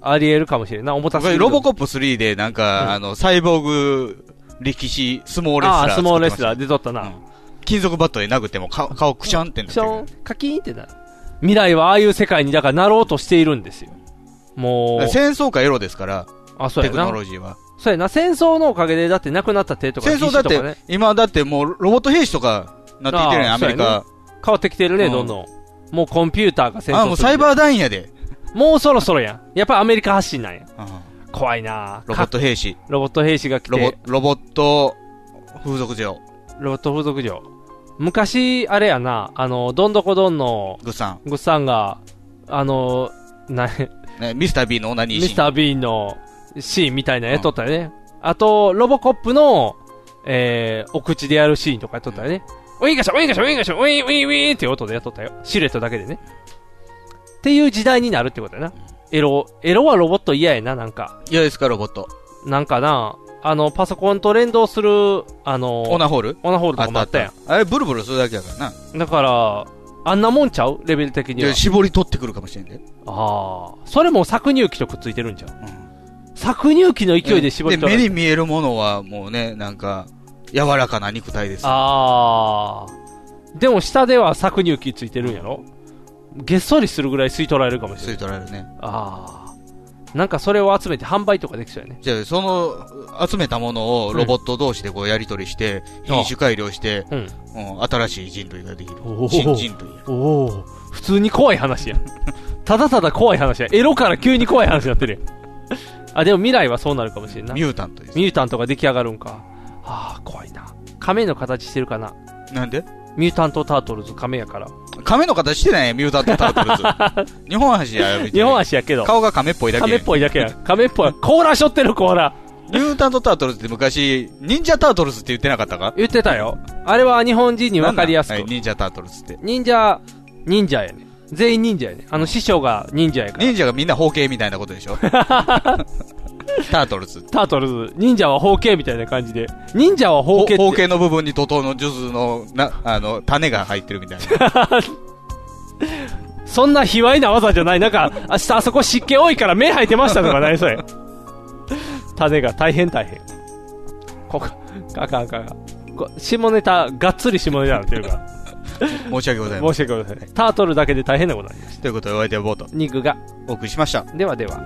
C: ありえるかもしれんな。重たすぎる。
B: ロボコップ3でなんか、あの、サイボーグ歴史、相撲レスラー。
C: あー相撲レスラー出とったな。
B: 金属バットで殴っても顔、顔クシャンってなってる。
C: カキーンってなる。未来はああいう世界に、だからなろうとしているんですよ。もう。
B: 戦争かエロですから、
C: あ、そうや
B: テ
C: な。
B: クノロジーは。
C: そうやな。戦争のおかげで、だって亡くなった手とか、
B: 戦争だっ
C: 義手とかね
B: て、今だってもうロボット兵士とかなってきてるやん、
C: あ
B: ア
C: ーそう
B: メ
C: や
B: リ
C: ね
B: カ。
C: 変わってきてるね、
B: うん
C: どんどん。もうコンピューターが戦争
B: あ、もうサイバーダインやで。
C: ー。もうそろそろやん。やっぱアメリカ発信なんや。怖いな
B: ロボット兵士。
C: ロボット兵士が来て
B: ロボ、ロボット風俗嬢。
C: ロボット風俗嬢。昔、あれやな、あの、どんどこどんの、
B: グッサン。
C: グッサンが、あの、な、
B: ね、ミスター B のオナニーシーン
C: ミスター B のシーンみたいなのやっとったよね。あと、ロボコップの、えー、お口でやるシーンとかやっとったよね。ウィンガシャウィンガシャウィンガシャウィンウィンウィンっていう音でやっとったよ。シルエットだけでね。っていう時代になるってことやな。エロ、エロはロボット嫌やな、なんか。
B: 嫌ですか、ロボット。
C: なんかな、あの、パソコンと連動する、あの、
B: オナホール
C: オナホールとかもあったやん。
B: あれ、ブルブルするだけやからな。
C: だから、あんなもんちゃうレベル的に
B: で
C: は。
B: 絞り取ってくるかもしれんで。
C: ああ。それも搾乳機とくっついてるんじゃん。搾乳機の勢いで絞り取
B: で目
C: られ
B: に見えるものはもうね、なんか、柔らかな肉体です。
C: ああ。でも下では搾乳機ついてるんやろげっそりするぐらい吸い取られるかもしれない。
B: 吸い取られるね。
C: ああ。なんかそれを集めて販売とかできそうやね。
B: じゃあ、その、集めたものをロボット同士でこうやり取りして、品種改良して、
C: うん
B: うん新しい人類ができる
C: お。
B: 新
C: ー
B: 人類。
C: おお。普通に怖い 話や。ただただ怖い話や。エロから急に怖い話になってるやん。あ、でも未来はそうなるかもしれんない。
B: ミュータントです。
C: ミュータントが出来上がるんか。ああ、怖いな。亀の形してるかな。
B: なんで
C: ミュータントタートルズ亀やから。
B: 亀の形してないミュータントタートルズ。 日本足や別に
C: 日本足やけど。
B: 顔が亀っぽいだけ。
C: 亀っぽいだけや。亀っぽい。コーラしょってるコーラ。
B: ミュータントタートルズって昔、忍者タートルズって言ってなかったか
C: 言ってたよ。あれは日本人に分かりやすく。
B: はい忍者タートルズって。
C: 忍者、忍者やね。全員忍者やね。あの師匠が忍者やから。
B: 忍者がみんな包茎みたいなことで しょタートルズ。
C: タートルズ、忍者は包茎みたいな感じで。忍者は包茎って
B: 包茎の部分に徒党の術の、な、あの、種が入ってるみたいな。
C: そんな卑猥な技じゃない。なんか、明日あそこ湿気多いから目生えてましたとかない それ。種が大変大変。ここ、あかんあかんあかん。こ下ネタ、がっつり下ネタになってるから。
B: 申し訳ございま
C: 申
B: せ
C: し
B: ん。
C: 訳ございません。タートルだけで大変なことになりまし
B: ということで、お相手はボート。
C: た。肉が。
B: お送りしました。
C: ではでは。